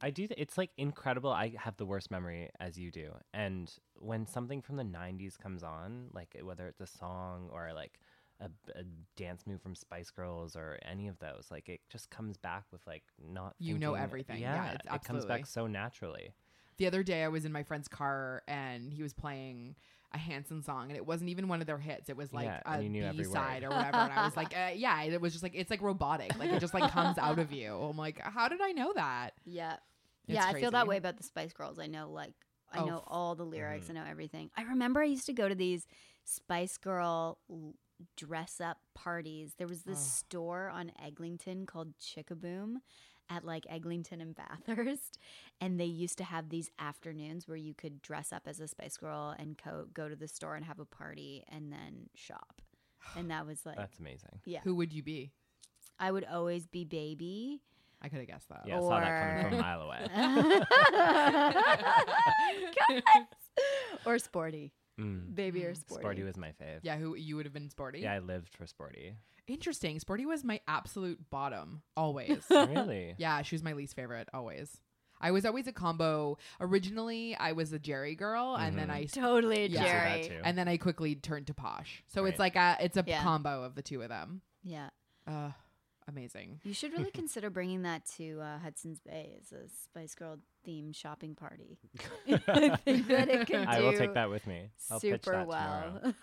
[SPEAKER 2] I do. Th- it's like incredible. I have the worst memory as you do. And when something from the 90s comes on, like eh, whether it's a song or like a, a dance move from Spice Girls or any of those, like it just comes back with like not.
[SPEAKER 1] You know
[SPEAKER 2] thinking-
[SPEAKER 1] everything. Yeah, it's
[SPEAKER 2] it comes
[SPEAKER 1] absolutely.
[SPEAKER 2] back so naturally.
[SPEAKER 1] the other day I was in my friend's car and he was playing a Hanson song and it wasn't even one of their hits. It was like
[SPEAKER 2] Yeah,
[SPEAKER 1] a
[SPEAKER 2] and you knew
[SPEAKER 1] B
[SPEAKER 2] every
[SPEAKER 1] side
[SPEAKER 2] word.
[SPEAKER 1] or whatever. And I was
[SPEAKER 2] (laughs)
[SPEAKER 1] like, uh, yeah, and it was just like it's like robotic. Like it just like comes out of you. I'm like, how did I know that?
[SPEAKER 3] Yeah.
[SPEAKER 1] It's
[SPEAKER 3] yeah, I feel that
[SPEAKER 1] crazy.
[SPEAKER 3] way about the Spice Girls. I know like I
[SPEAKER 1] Oh,
[SPEAKER 3] know
[SPEAKER 1] f-
[SPEAKER 3] all the lyrics, I know everything. I remember I used to go to these Spice Girl l- dress up parties. There was this
[SPEAKER 1] Ugh.
[SPEAKER 3] store on Eglinton called Chickaboom at like Eglinton and Bathurst, and they used to have these afternoons where you could dress up as a Spice Girl and co- go to the store and have a party and then shop. And that was like
[SPEAKER 2] That's amazing.
[SPEAKER 3] yeah.
[SPEAKER 1] Who would you be?
[SPEAKER 3] I would always be baby.
[SPEAKER 1] I could have guessed that.
[SPEAKER 3] (laughs)
[SPEAKER 2] Yeah, I saw that coming from
[SPEAKER 3] Or-
[SPEAKER 2] a mile away.
[SPEAKER 1] (laughs)
[SPEAKER 3] Guys. or sporty.
[SPEAKER 2] (laughs) Mm.
[SPEAKER 3] Baby or
[SPEAKER 1] Mm.
[SPEAKER 3] sporty.
[SPEAKER 2] Sporty was my fave.
[SPEAKER 1] Yeah, who you would have been sporty?
[SPEAKER 2] Yeah, I lived
[SPEAKER 1] (laughs)
[SPEAKER 2] for Sporty.
[SPEAKER 1] Interesting. Sporty was my absolute bottom always.
[SPEAKER 2] (laughs) really?
[SPEAKER 1] Yeah, she was my least favorite always. I was always a combo. Originally, I was a Jerry girl, and then
[SPEAKER 2] Mhm.
[SPEAKER 1] I
[SPEAKER 3] totally
[SPEAKER 1] Yeah.
[SPEAKER 2] I
[SPEAKER 3] Jerry.
[SPEAKER 2] see that too.
[SPEAKER 1] and then I quickly turned to Posh. So it's like
[SPEAKER 2] Right.
[SPEAKER 1] a it's a
[SPEAKER 3] Yeah.
[SPEAKER 1] combo of the two of them.
[SPEAKER 3] yeah.
[SPEAKER 1] Uh, amazing.
[SPEAKER 3] You
[SPEAKER 2] (laughs)
[SPEAKER 3] should really consider bringing that to uh, Hudson's Bay as a Spice Girl themed
[SPEAKER 2] (laughs)
[SPEAKER 3] shopping party. (laughs) I think that it can
[SPEAKER 2] I will
[SPEAKER 3] do
[SPEAKER 2] take that with me. I'll pitch
[SPEAKER 3] super
[SPEAKER 2] that tomorrow.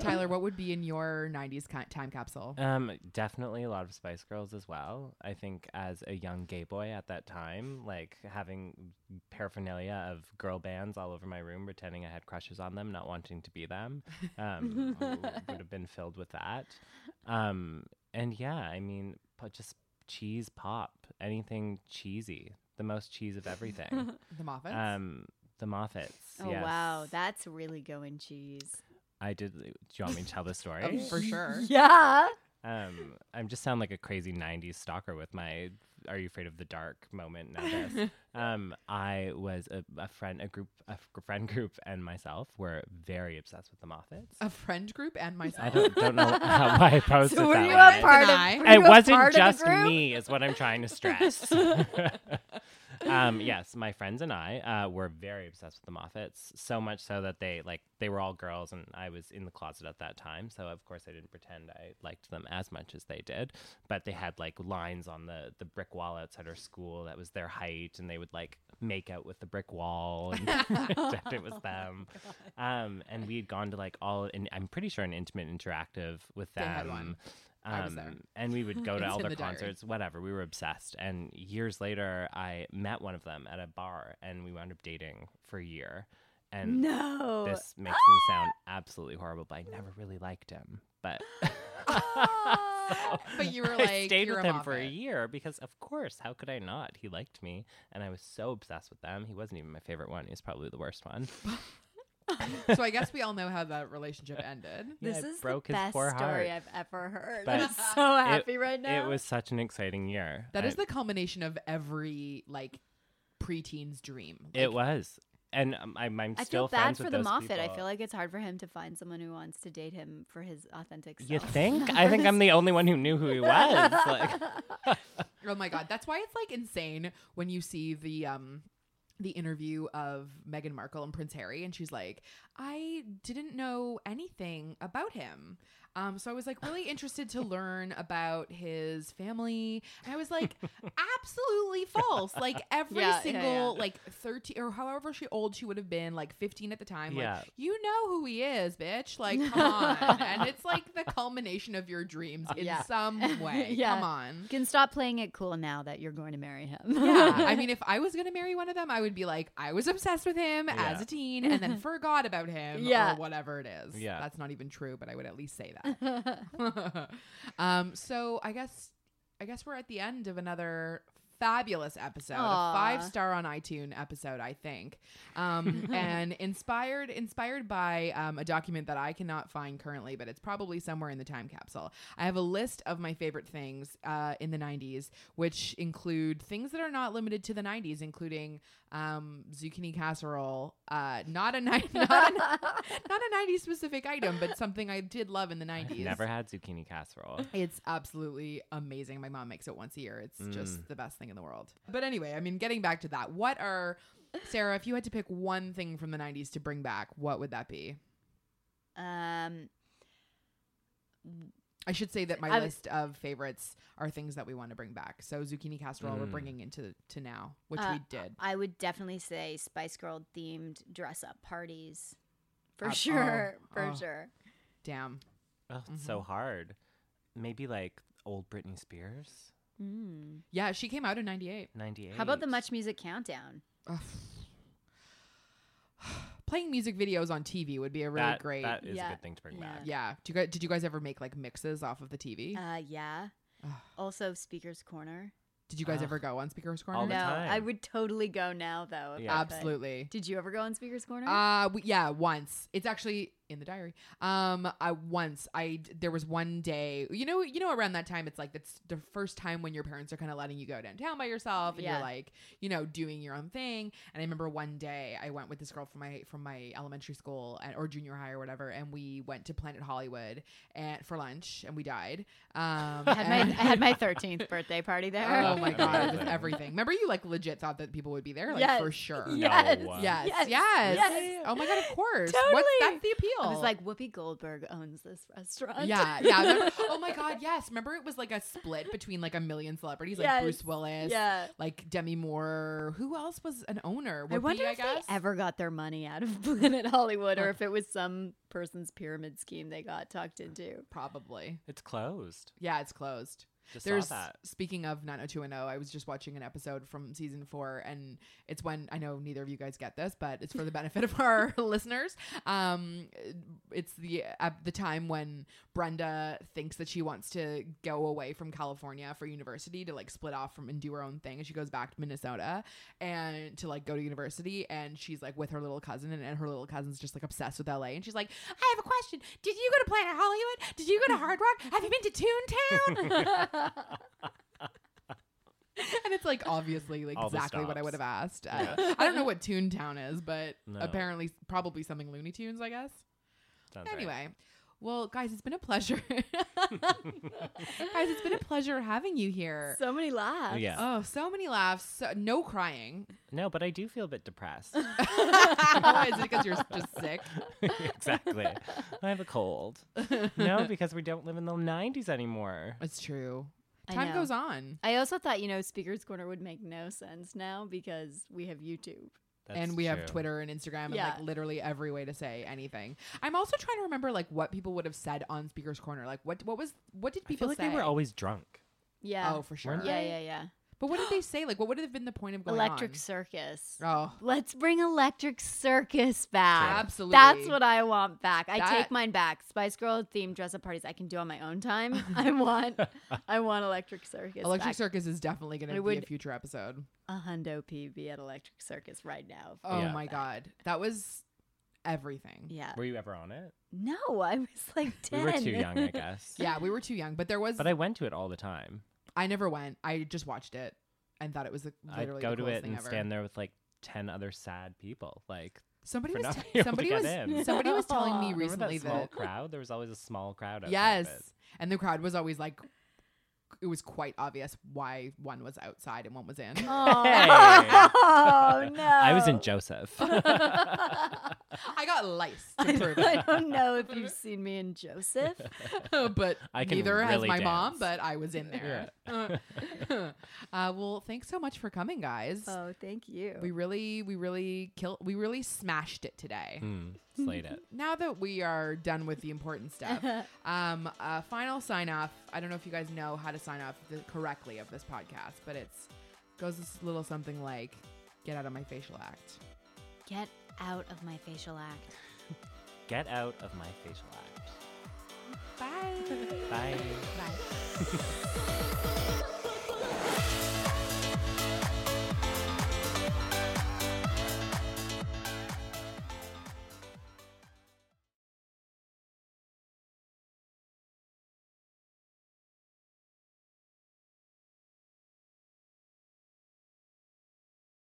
[SPEAKER 1] (laughs) Tyler, what would be in your '90s ca- time capsule?
[SPEAKER 2] Um, definitely a lot of Spice Girls as well. I think as a young gay boy at that time, like having paraphernalia of girl bands all over my room, pretending I had crushes on them, not wanting to be them,
[SPEAKER 3] (laughs)
[SPEAKER 2] um, w- would have been filled with that. Um, and yeah, I mean, po- just cheese pop, anything cheesy, the most cheese
[SPEAKER 1] (laughs)
[SPEAKER 2] of everything.
[SPEAKER 1] The Moffats.
[SPEAKER 2] um, the Moffats.
[SPEAKER 3] (laughs) oh,
[SPEAKER 2] yes.
[SPEAKER 3] wow. That's really going cheese.
[SPEAKER 2] I did. Do you want me to tell the story?
[SPEAKER 1] (laughs) Oh, for sure.
[SPEAKER 3] (laughs) Yeah.
[SPEAKER 2] Um, I'm just sound like a crazy '90s stalker with my "Are you afraid of the dark?" moment. Now,
[SPEAKER 3] (laughs)
[SPEAKER 2] this. um, I was a, a friend, a group, a f- friend group, and myself were very obsessed with the Moffats.
[SPEAKER 1] (laughs) A friend group and myself.
[SPEAKER 2] I don't don't know how, why I posted
[SPEAKER 3] Oh, (laughs) So were
[SPEAKER 2] that.
[SPEAKER 3] you
[SPEAKER 2] way.
[SPEAKER 3] a part
[SPEAKER 1] Eye.
[SPEAKER 3] of were
[SPEAKER 2] it
[SPEAKER 3] you a
[SPEAKER 2] wasn't
[SPEAKER 3] part of the
[SPEAKER 2] just
[SPEAKER 3] group?
[SPEAKER 2] me, is what I'm trying to
[SPEAKER 3] (laughs)
[SPEAKER 2] stress. um, yes, my friends and I uh, were very obsessed with the Moffats, so much so that they like they were all girls, and I was in the closet at that time. So of course, I didn't pretend I liked them as much as they did. But they had like lines on the the brick wall outside our school that was their height, and they would like make out with the brick wall, and (laughs) pretend
[SPEAKER 3] (laughs) Oh
[SPEAKER 2] it was them. Um, and we had gone to like all, and I'm pretty sure an intimate interactive with
[SPEAKER 1] They
[SPEAKER 2] them.
[SPEAKER 1] had one. I was there.
[SPEAKER 2] Um, And
[SPEAKER 1] (laughs)
[SPEAKER 2] we would go to
[SPEAKER 1] It's
[SPEAKER 2] all
[SPEAKER 1] in
[SPEAKER 2] their
[SPEAKER 1] the diary.
[SPEAKER 2] concerts, whatever. We were obsessed. And years later, I met one of them at a bar and we wound up dating for a year. And
[SPEAKER 3] No.
[SPEAKER 1] (gasps)
[SPEAKER 2] this makes me sound absolutely horrible, but I never really liked him. But.
[SPEAKER 1] (laughs)
[SPEAKER 2] (laughs)
[SPEAKER 1] But you were
[SPEAKER 2] I
[SPEAKER 1] like,
[SPEAKER 2] stayed
[SPEAKER 1] "You're
[SPEAKER 2] with
[SPEAKER 1] a
[SPEAKER 2] him for a
[SPEAKER 1] Moffat."
[SPEAKER 2] year because, of course, how could I not? He liked me, and I was so obsessed with them. He wasn't even my favorite one; he was probably the worst one.
[SPEAKER 1] so I guess we all know how that
[SPEAKER 2] (laughs)
[SPEAKER 1] relationship ended.
[SPEAKER 2] Yeah,
[SPEAKER 3] This
[SPEAKER 2] it
[SPEAKER 3] is
[SPEAKER 2] broke
[SPEAKER 3] the
[SPEAKER 2] his
[SPEAKER 3] best
[SPEAKER 2] poor heart.
[SPEAKER 3] story I've ever heard.
[SPEAKER 2] But
[SPEAKER 3] (laughs) I'm so happy right now.
[SPEAKER 2] It was such an exciting year.
[SPEAKER 1] That is
[SPEAKER 2] I-
[SPEAKER 1] the culmination of every like preteen's dream. Like,
[SPEAKER 2] It was, and um, I'm, I'm
[SPEAKER 3] I
[SPEAKER 2] still
[SPEAKER 3] feel bad
[SPEAKER 2] friends
[SPEAKER 3] for
[SPEAKER 2] with
[SPEAKER 3] the
[SPEAKER 2] those
[SPEAKER 3] Moffat. I
[SPEAKER 2] people.
[SPEAKER 3] feel like it's hard for him to find someone who wants to date him for his authentic self.
[SPEAKER 2] You
[SPEAKER 1] (laughs)
[SPEAKER 2] think? I think I'm the only one who knew who he was. Like,
[SPEAKER 1] Oh my god, that's why it's like insane when you see the um the interview of Meghan Markle and Prince Harry and she's like, "I didn't know anything about him. Um, so I was like really interested
[SPEAKER 3] (laughs)
[SPEAKER 1] to learn about his family. And I was like, absolutely false.
[SPEAKER 3] (laughs)
[SPEAKER 1] Like every
[SPEAKER 3] Yeah, yeah,
[SPEAKER 1] single,
[SPEAKER 3] yeah.
[SPEAKER 1] like 13 or however she old she would have been, like 15 at the time. Like,
[SPEAKER 2] Yeah.
[SPEAKER 1] you know who he is, bitch.
[SPEAKER 3] (laughs)
[SPEAKER 1] Like, come on. and it's like the culmination of your
[SPEAKER 3] (laughs)
[SPEAKER 1] dreams in
[SPEAKER 3] Yeah.
[SPEAKER 1] some way.
[SPEAKER 3] Yeah.
[SPEAKER 1] Come on.
[SPEAKER 3] You can stop playing it cool now that you're going to marry him.
[SPEAKER 2] (laughs)
[SPEAKER 1] Yeah.
[SPEAKER 3] (laughs)
[SPEAKER 1] I mean, if I was going to marry one of them, I would be like, I was obsessed with him as
[SPEAKER 2] Yeah.
[SPEAKER 1] a teen and then forgot about him
[SPEAKER 3] Yeah.
[SPEAKER 1] or whatever it is.
[SPEAKER 2] Yeah.
[SPEAKER 1] That's not even true, but I would at least say that. (laughs) um, so I guess I guess we're at the end of another fabulous episode,
[SPEAKER 3] Aw.
[SPEAKER 1] a five star on iTunes episode, I think, um, and inspired inspired by um, a document that I cannot find currently, but it's probably somewhere in the time capsule. I have a list of my favorite things uh, in the '90s, which include things that are not limited to the '90s, including um, zucchini casserole, uh, not a ni- (laughs) not a, not a '90s specific item, but something I did love in the
[SPEAKER 2] I've
[SPEAKER 1] '90s.
[SPEAKER 2] never had zucchini casserole.
[SPEAKER 1] It's absolutely amazing. My mom makes it once a year. It's
[SPEAKER 2] Mm.
[SPEAKER 1] just the best thing in the world. But anyway, I mean, getting back to that, what are Sarah? If you had to pick one thing from the '90s to bring back, what would that be?
[SPEAKER 3] um,
[SPEAKER 1] I should say that my
[SPEAKER 3] I would-
[SPEAKER 1] list of favorites are things that we want to bring back. So zucchini casserole, we're
[SPEAKER 2] Mm.
[SPEAKER 1] bringing into to now, which
[SPEAKER 3] Uh,
[SPEAKER 1] we did.
[SPEAKER 3] I would definitely say Spice Girl themed dress up parties. For
[SPEAKER 1] Ab- oh,
[SPEAKER 3] sure. for
[SPEAKER 1] oh.
[SPEAKER 3] sure.
[SPEAKER 1] Damn.
[SPEAKER 2] Oh, it's so
[SPEAKER 1] Mm-hmm.
[SPEAKER 2] hard. Maybe like old Britney Spears,
[SPEAKER 3] Mm.
[SPEAKER 1] Yeah, she came out in '98.
[SPEAKER 2] ninety eight.
[SPEAKER 3] How about the Much Music Countdown?
[SPEAKER 1] Ugh. (sighs) Playing music videos on TV would be a really
[SPEAKER 2] that,
[SPEAKER 1] great.
[SPEAKER 2] That is
[SPEAKER 3] Yeah.
[SPEAKER 2] a good thing to bring
[SPEAKER 3] Yeah.
[SPEAKER 2] back.
[SPEAKER 1] yeah. Do you guys, did you guys ever make like mixes off of the TV?
[SPEAKER 3] Uh, yeah.
[SPEAKER 1] Ugh.
[SPEAKER 3] Also, Speaker's Corner.
[SPEAKER 1] Did you guys
[SPEAKER 2] Ugh.
[SPEAKER 1] ever go on Speaker's Corner?
[SPEAKER 2] All the
[SPEAKER 3] no, I
[SPEAKER 2] time.
[SPEAKER 3] would totally go now though. if
[SPEAKER 2] Yeah.
[SPEAKER 3] I could.
[SPEAKER 1] Absolutely.
[SPEAKER 3] Did you ever go on Speaker's Corner?
[SPEAKER 1] Uh, we, yeah, once. It's actually in the diary. Um, I once I d- there was one day. You know, you know, around that time, it's like that's the first time when your parents are kind of letting you go downtown by yourself, and
[SPEAKER 3] Yeah.
[SPEAKER 1] you're like, you know, doing your own thing. And I remember one day I went with this girl from my from my elementary school and, or junior high or whatever, and we went to Planet Hollywood and for lunch, and we died. Um,
[SPEAKER 3] I (laughs) had my
[SPEAKER 1] and-
[SPEAKER 3] I
[SPEAKER 1] (laughs)
[SPEAKER 3] had my 13th birthday party there.
[SPEAKER 1] Oh my god, it was
[SPEAKER 3] (laughs)
[SPEAKER 2] Amazing.
[SPEAKER 1] everything. Remember, you like legit thought that people would be there, like
[SPEAKER 3] Yes.
[SPEAKER 1] for sure.
[SPEAKER 3] Yes.
[SPEAKER 2] No.
[SPEAKER 1] Yes. Yes.
[SPEAKER 3] Yes. Yes.
[SPEAKER 1] Oh my god, of course. What's
[SPEAKER 3] Totally.
[SPEAKER 1] that's the appeal.
[SPEAKER 3] I was like, Whoopi Goldberg owns this restaurant. (laughs)
[SPEAKER 1] yeah, yeah. remember- oh my god, yes. Remember it was like a split between like a million celebrities, like
[SPEAKER 3] Yes.
[SPEAKER 1] Bruce Willis,
[SPEAKER 3] yeah.
[SPEAKER 1] like Demi Moore. Who else was an owner? Whoopi,
[SPEAKER 3] I wonder if
[SPEAKER 1] guess.
[SPEAKER 3] they ever got their money out of (laughs) Planet Hollywood, or if it was some person's pyramid scheme they got talked into.
[SPEAKER 1] Probably.
[SPEAKER 2] It's closed.
[SPEAKER 1] Yeah, it's closed.
[SPEAKER 2] Just
[SPEAKER 1] There's
[SPEAKER 2] saw
[SPEAKER 1] (laughs)
[SPEAKER 2] that. (laughs)
[SPEAKER 1] speaking of 90210, I was just watching an episode from season four, and it's when I know neither of you guys get this, but it's for the benefit of our (laughs) listeners. Um, it's the at the time when Brenda thinks that she wants to go away from California for university to like split off from and do her own thing, and she goes back to Minnesota and to like go to university, and she's like with her little cousin, and, and her little cousin's just like obsessed with LA, and she's like, I have a question. Did you go to Planet Hollywood? Did you go to Hard Rock? Have you been to Toontown? and it's like obviously like
[SPEAKER 2] All the
[SPEAKER 1] exactly what I
[SPEAKER 2] stops.
[SPEAKER 1] would have asked. Uh,
[SPEAKER 2] Yeah.
[SPEAKER 1] I don't know what Toontown is, but
[SPEAKER 2] No.
[SPEAKER 1] apparently probably something Looney Tunes, I guess.
[SPEAKER 2] Sounds right.
[SPEAKER 1] Anyway, well, guys, it's been a pleasure. (laughs) guys, it's been a pleasure having you here.
[SPEAKER 3] (laughs) so many laughs.
[SPEAKER 2] Yeah.
[SPEAKER 3] (laughs)
[SPEAKER 1] Oh, so many laughs, so, no crying.
[SPEAKER 2] (laughs)
[SPEAKER 1] (laughs)
[SPEAKER 2] No, but I do feel a bit depressed. (laughs)
[SPEAKER 1] Why is it because you're just sick?
[SPEAKER 2] exactly. I have a cold.
[SPEAKER 1] (laughs)
[SPEAKER 2] No, because we don't live in the 90s anymore.
[SPEAKER 1] It's true.
[SPEAKER 3] I
[SPEAKER 1] Time
[SPEAKER 3] know.
[SPEAKER 1] goes on,
[SPEAKER 3] I also thought, you know, Speaker's Corner would make no sense now because we have YouTube.
[SPEAKER 2] That's
[SPEAKER 1] and we
[SPEAKER 2] true.
[SPEAKER 1] have Twitter and Instagram, and
[SPEAKER 3] Yeah.
[SPEAKER 1] like literally every way to say anything. I'm also trying to remember like what people would have said on Speaker's Corner. Like what what was what did
[SPEAKER 2] I
[SPEAKER 1] people
[SPEAKER 2] feel like
[SPEAKER 1] say?
[SPEAKER 2] they were always drunk.
[SPEAKER 3] Yeah.
[SPEAKER 1] Oh, for sure.
[SPEAKER 2] Weren't
[SPEAKER 3] yeah, yeah, yeah.
[SPEAKER 1] But what did
[SPEAKER 3] (gasps)
[SPEAKER 1] they say? Like, what would have been the point of going
[SPEAKER 3] Electric
[SPEAKER 1] on?
[SPEAKER 3] Circus.
[SPEAKER 1] Oh,
[SPEAKER 3] Let's bring Electric Circus back.
[SPEAKER 1] absolutely.
[SPEAKER 3] That's what I want back. I
[SPEAKER 1] That-
[SPEAKER 3] take mine back. Spice Girl themed dress up parties I can do on my
[SPEAKER 2] (laughs)
[SPEAKER 3] own time. I want I want Electric Circus.
[SPEAKER 1] Electric
[SPEAKER 3] back.
[SPEAKER 1] Circus is definitely going
[SPEAKER 3] I
[SPEAKER 1] to be a
[SPEAKER 3] would-
[SPEAKER 1] future episode.
[SPEAKER 3] a hundo PB at Electric Circus right now.
[SPEAKER 1] Oh
[SPEAKER 2] Yeah.
[SPEAKER 1] my god, that was everything.
[SPEAKER 3] Yeah.
[SPEAKER 2] Were you ever on it?
[SPEAKER 3] No, I was like 10.
[SPEAKER 2] (laughs) We were too young, I guess.
[SPEAKER 1] Yeah, we were too young, but there was.
[SPEAKER 2] But I went to it all the time.
[SPEAKER 1] I never went. I just watched it and thought it was the, literally
[SPEAKER 2] I'd go
[SPEAKER 1] the
[SPEAKER 2] to
[SPEAKER 1] coolest
[SPEAKER 2] it
[SPEAKER 1] thing
[SPEAKER 2] and
[SPEAKER 1] ever.
[SPEAKER 2] stand there with like 10 other sad people. Like,
[SPEAKER 1] somebody
[SPEAKER 2] for
[SPEAKER 1] was
[SPEAKER 2] not
[SPEAKER 1] te-
[SPEAKER 2] (laughs) being able to
[SPEAKER 1] somebody
[SPEAKER 2] get
[SPEAKER 1] was
[SPEAKER 2] in.
[SPEAKER 1] somebody was telling
[SPEAKER 3] (laughs) Aw.
[SPEAKER 1] me
[SPEAKER 2] remember
[SPEAKER 1] recently
[SPEAKER 2] that
[SPEAKER 1] (laughs)
[SPEAKER 2] small
[SPEAKER 1] that,
[SPEAKER 2] crowd? There was always a small crowd. Outside
[SPEAKER 1] yes,
[SPEAKER 2] Of it.
[SPEAKER 1] and the crowd was always like, it was quite obvious why one was outside and one was
[SPEAKER 3] (laughs)
[SPEAKER 1] in.
[SPEAKER 3] (laughs)
[SPEAKER 1] (laughs)
[SPEAKER 2] (laughs) Hey.
[SPEAKER 3] Oh, Oh,
[SPEAKER 1] (laughs)
[SPEAKER 3] no.
[SPEAKER 2] I was in Joseph.
[SPEAKER 1] I got got lice to
[SPEAKER 3] (laughs) I
[SPEAKER 1] prove
[SPEAKER 3] don't,
[SPEAKER 1] it.
[SPEAKER 3] I don't know
[SPEAKER 2] (laughs)
[SPEAKER 3] if you've seen me in Joseph.
[SPEAKER 1] (laughs) but
[SPEAKER 2] I can
[SPEAKER 1] neither has
[SPEAKER 2] really
[SPEAKER 1] my mom,
[SPEAKER 2] dance.
[SPEAKER 1] but I was
[SPEAKER 2] (laughs)
[SPEAKER 1] in there. (laughs) uh, well, thanks so much for coming, guys.
[SPEAKER 3] Oh, thank you. (laughs)
[SPEAKER 1] we really, we really killed, we really smashed it today.
[SPEAKER 2] Mm, slayed it.
[SPEAKER 1] Now that we are done with the important
[SPEAKER 3] (laughs)
[SPEAKER 1] stuff, um, uh, final sign off. I don't know if you guys know how to sign off the, correctly of this podcast, but it's goes this little something like, "Get out of my facial act."
[SPEAKER 3] Get out of my facial act.
[SPEAKER 2] Get out of my facial act.
[SPEAKER 1] Bye.
[SPEAKER 2] Bye.
[SPEAKER 1] Bye.
[SPEAKER 3] Bye.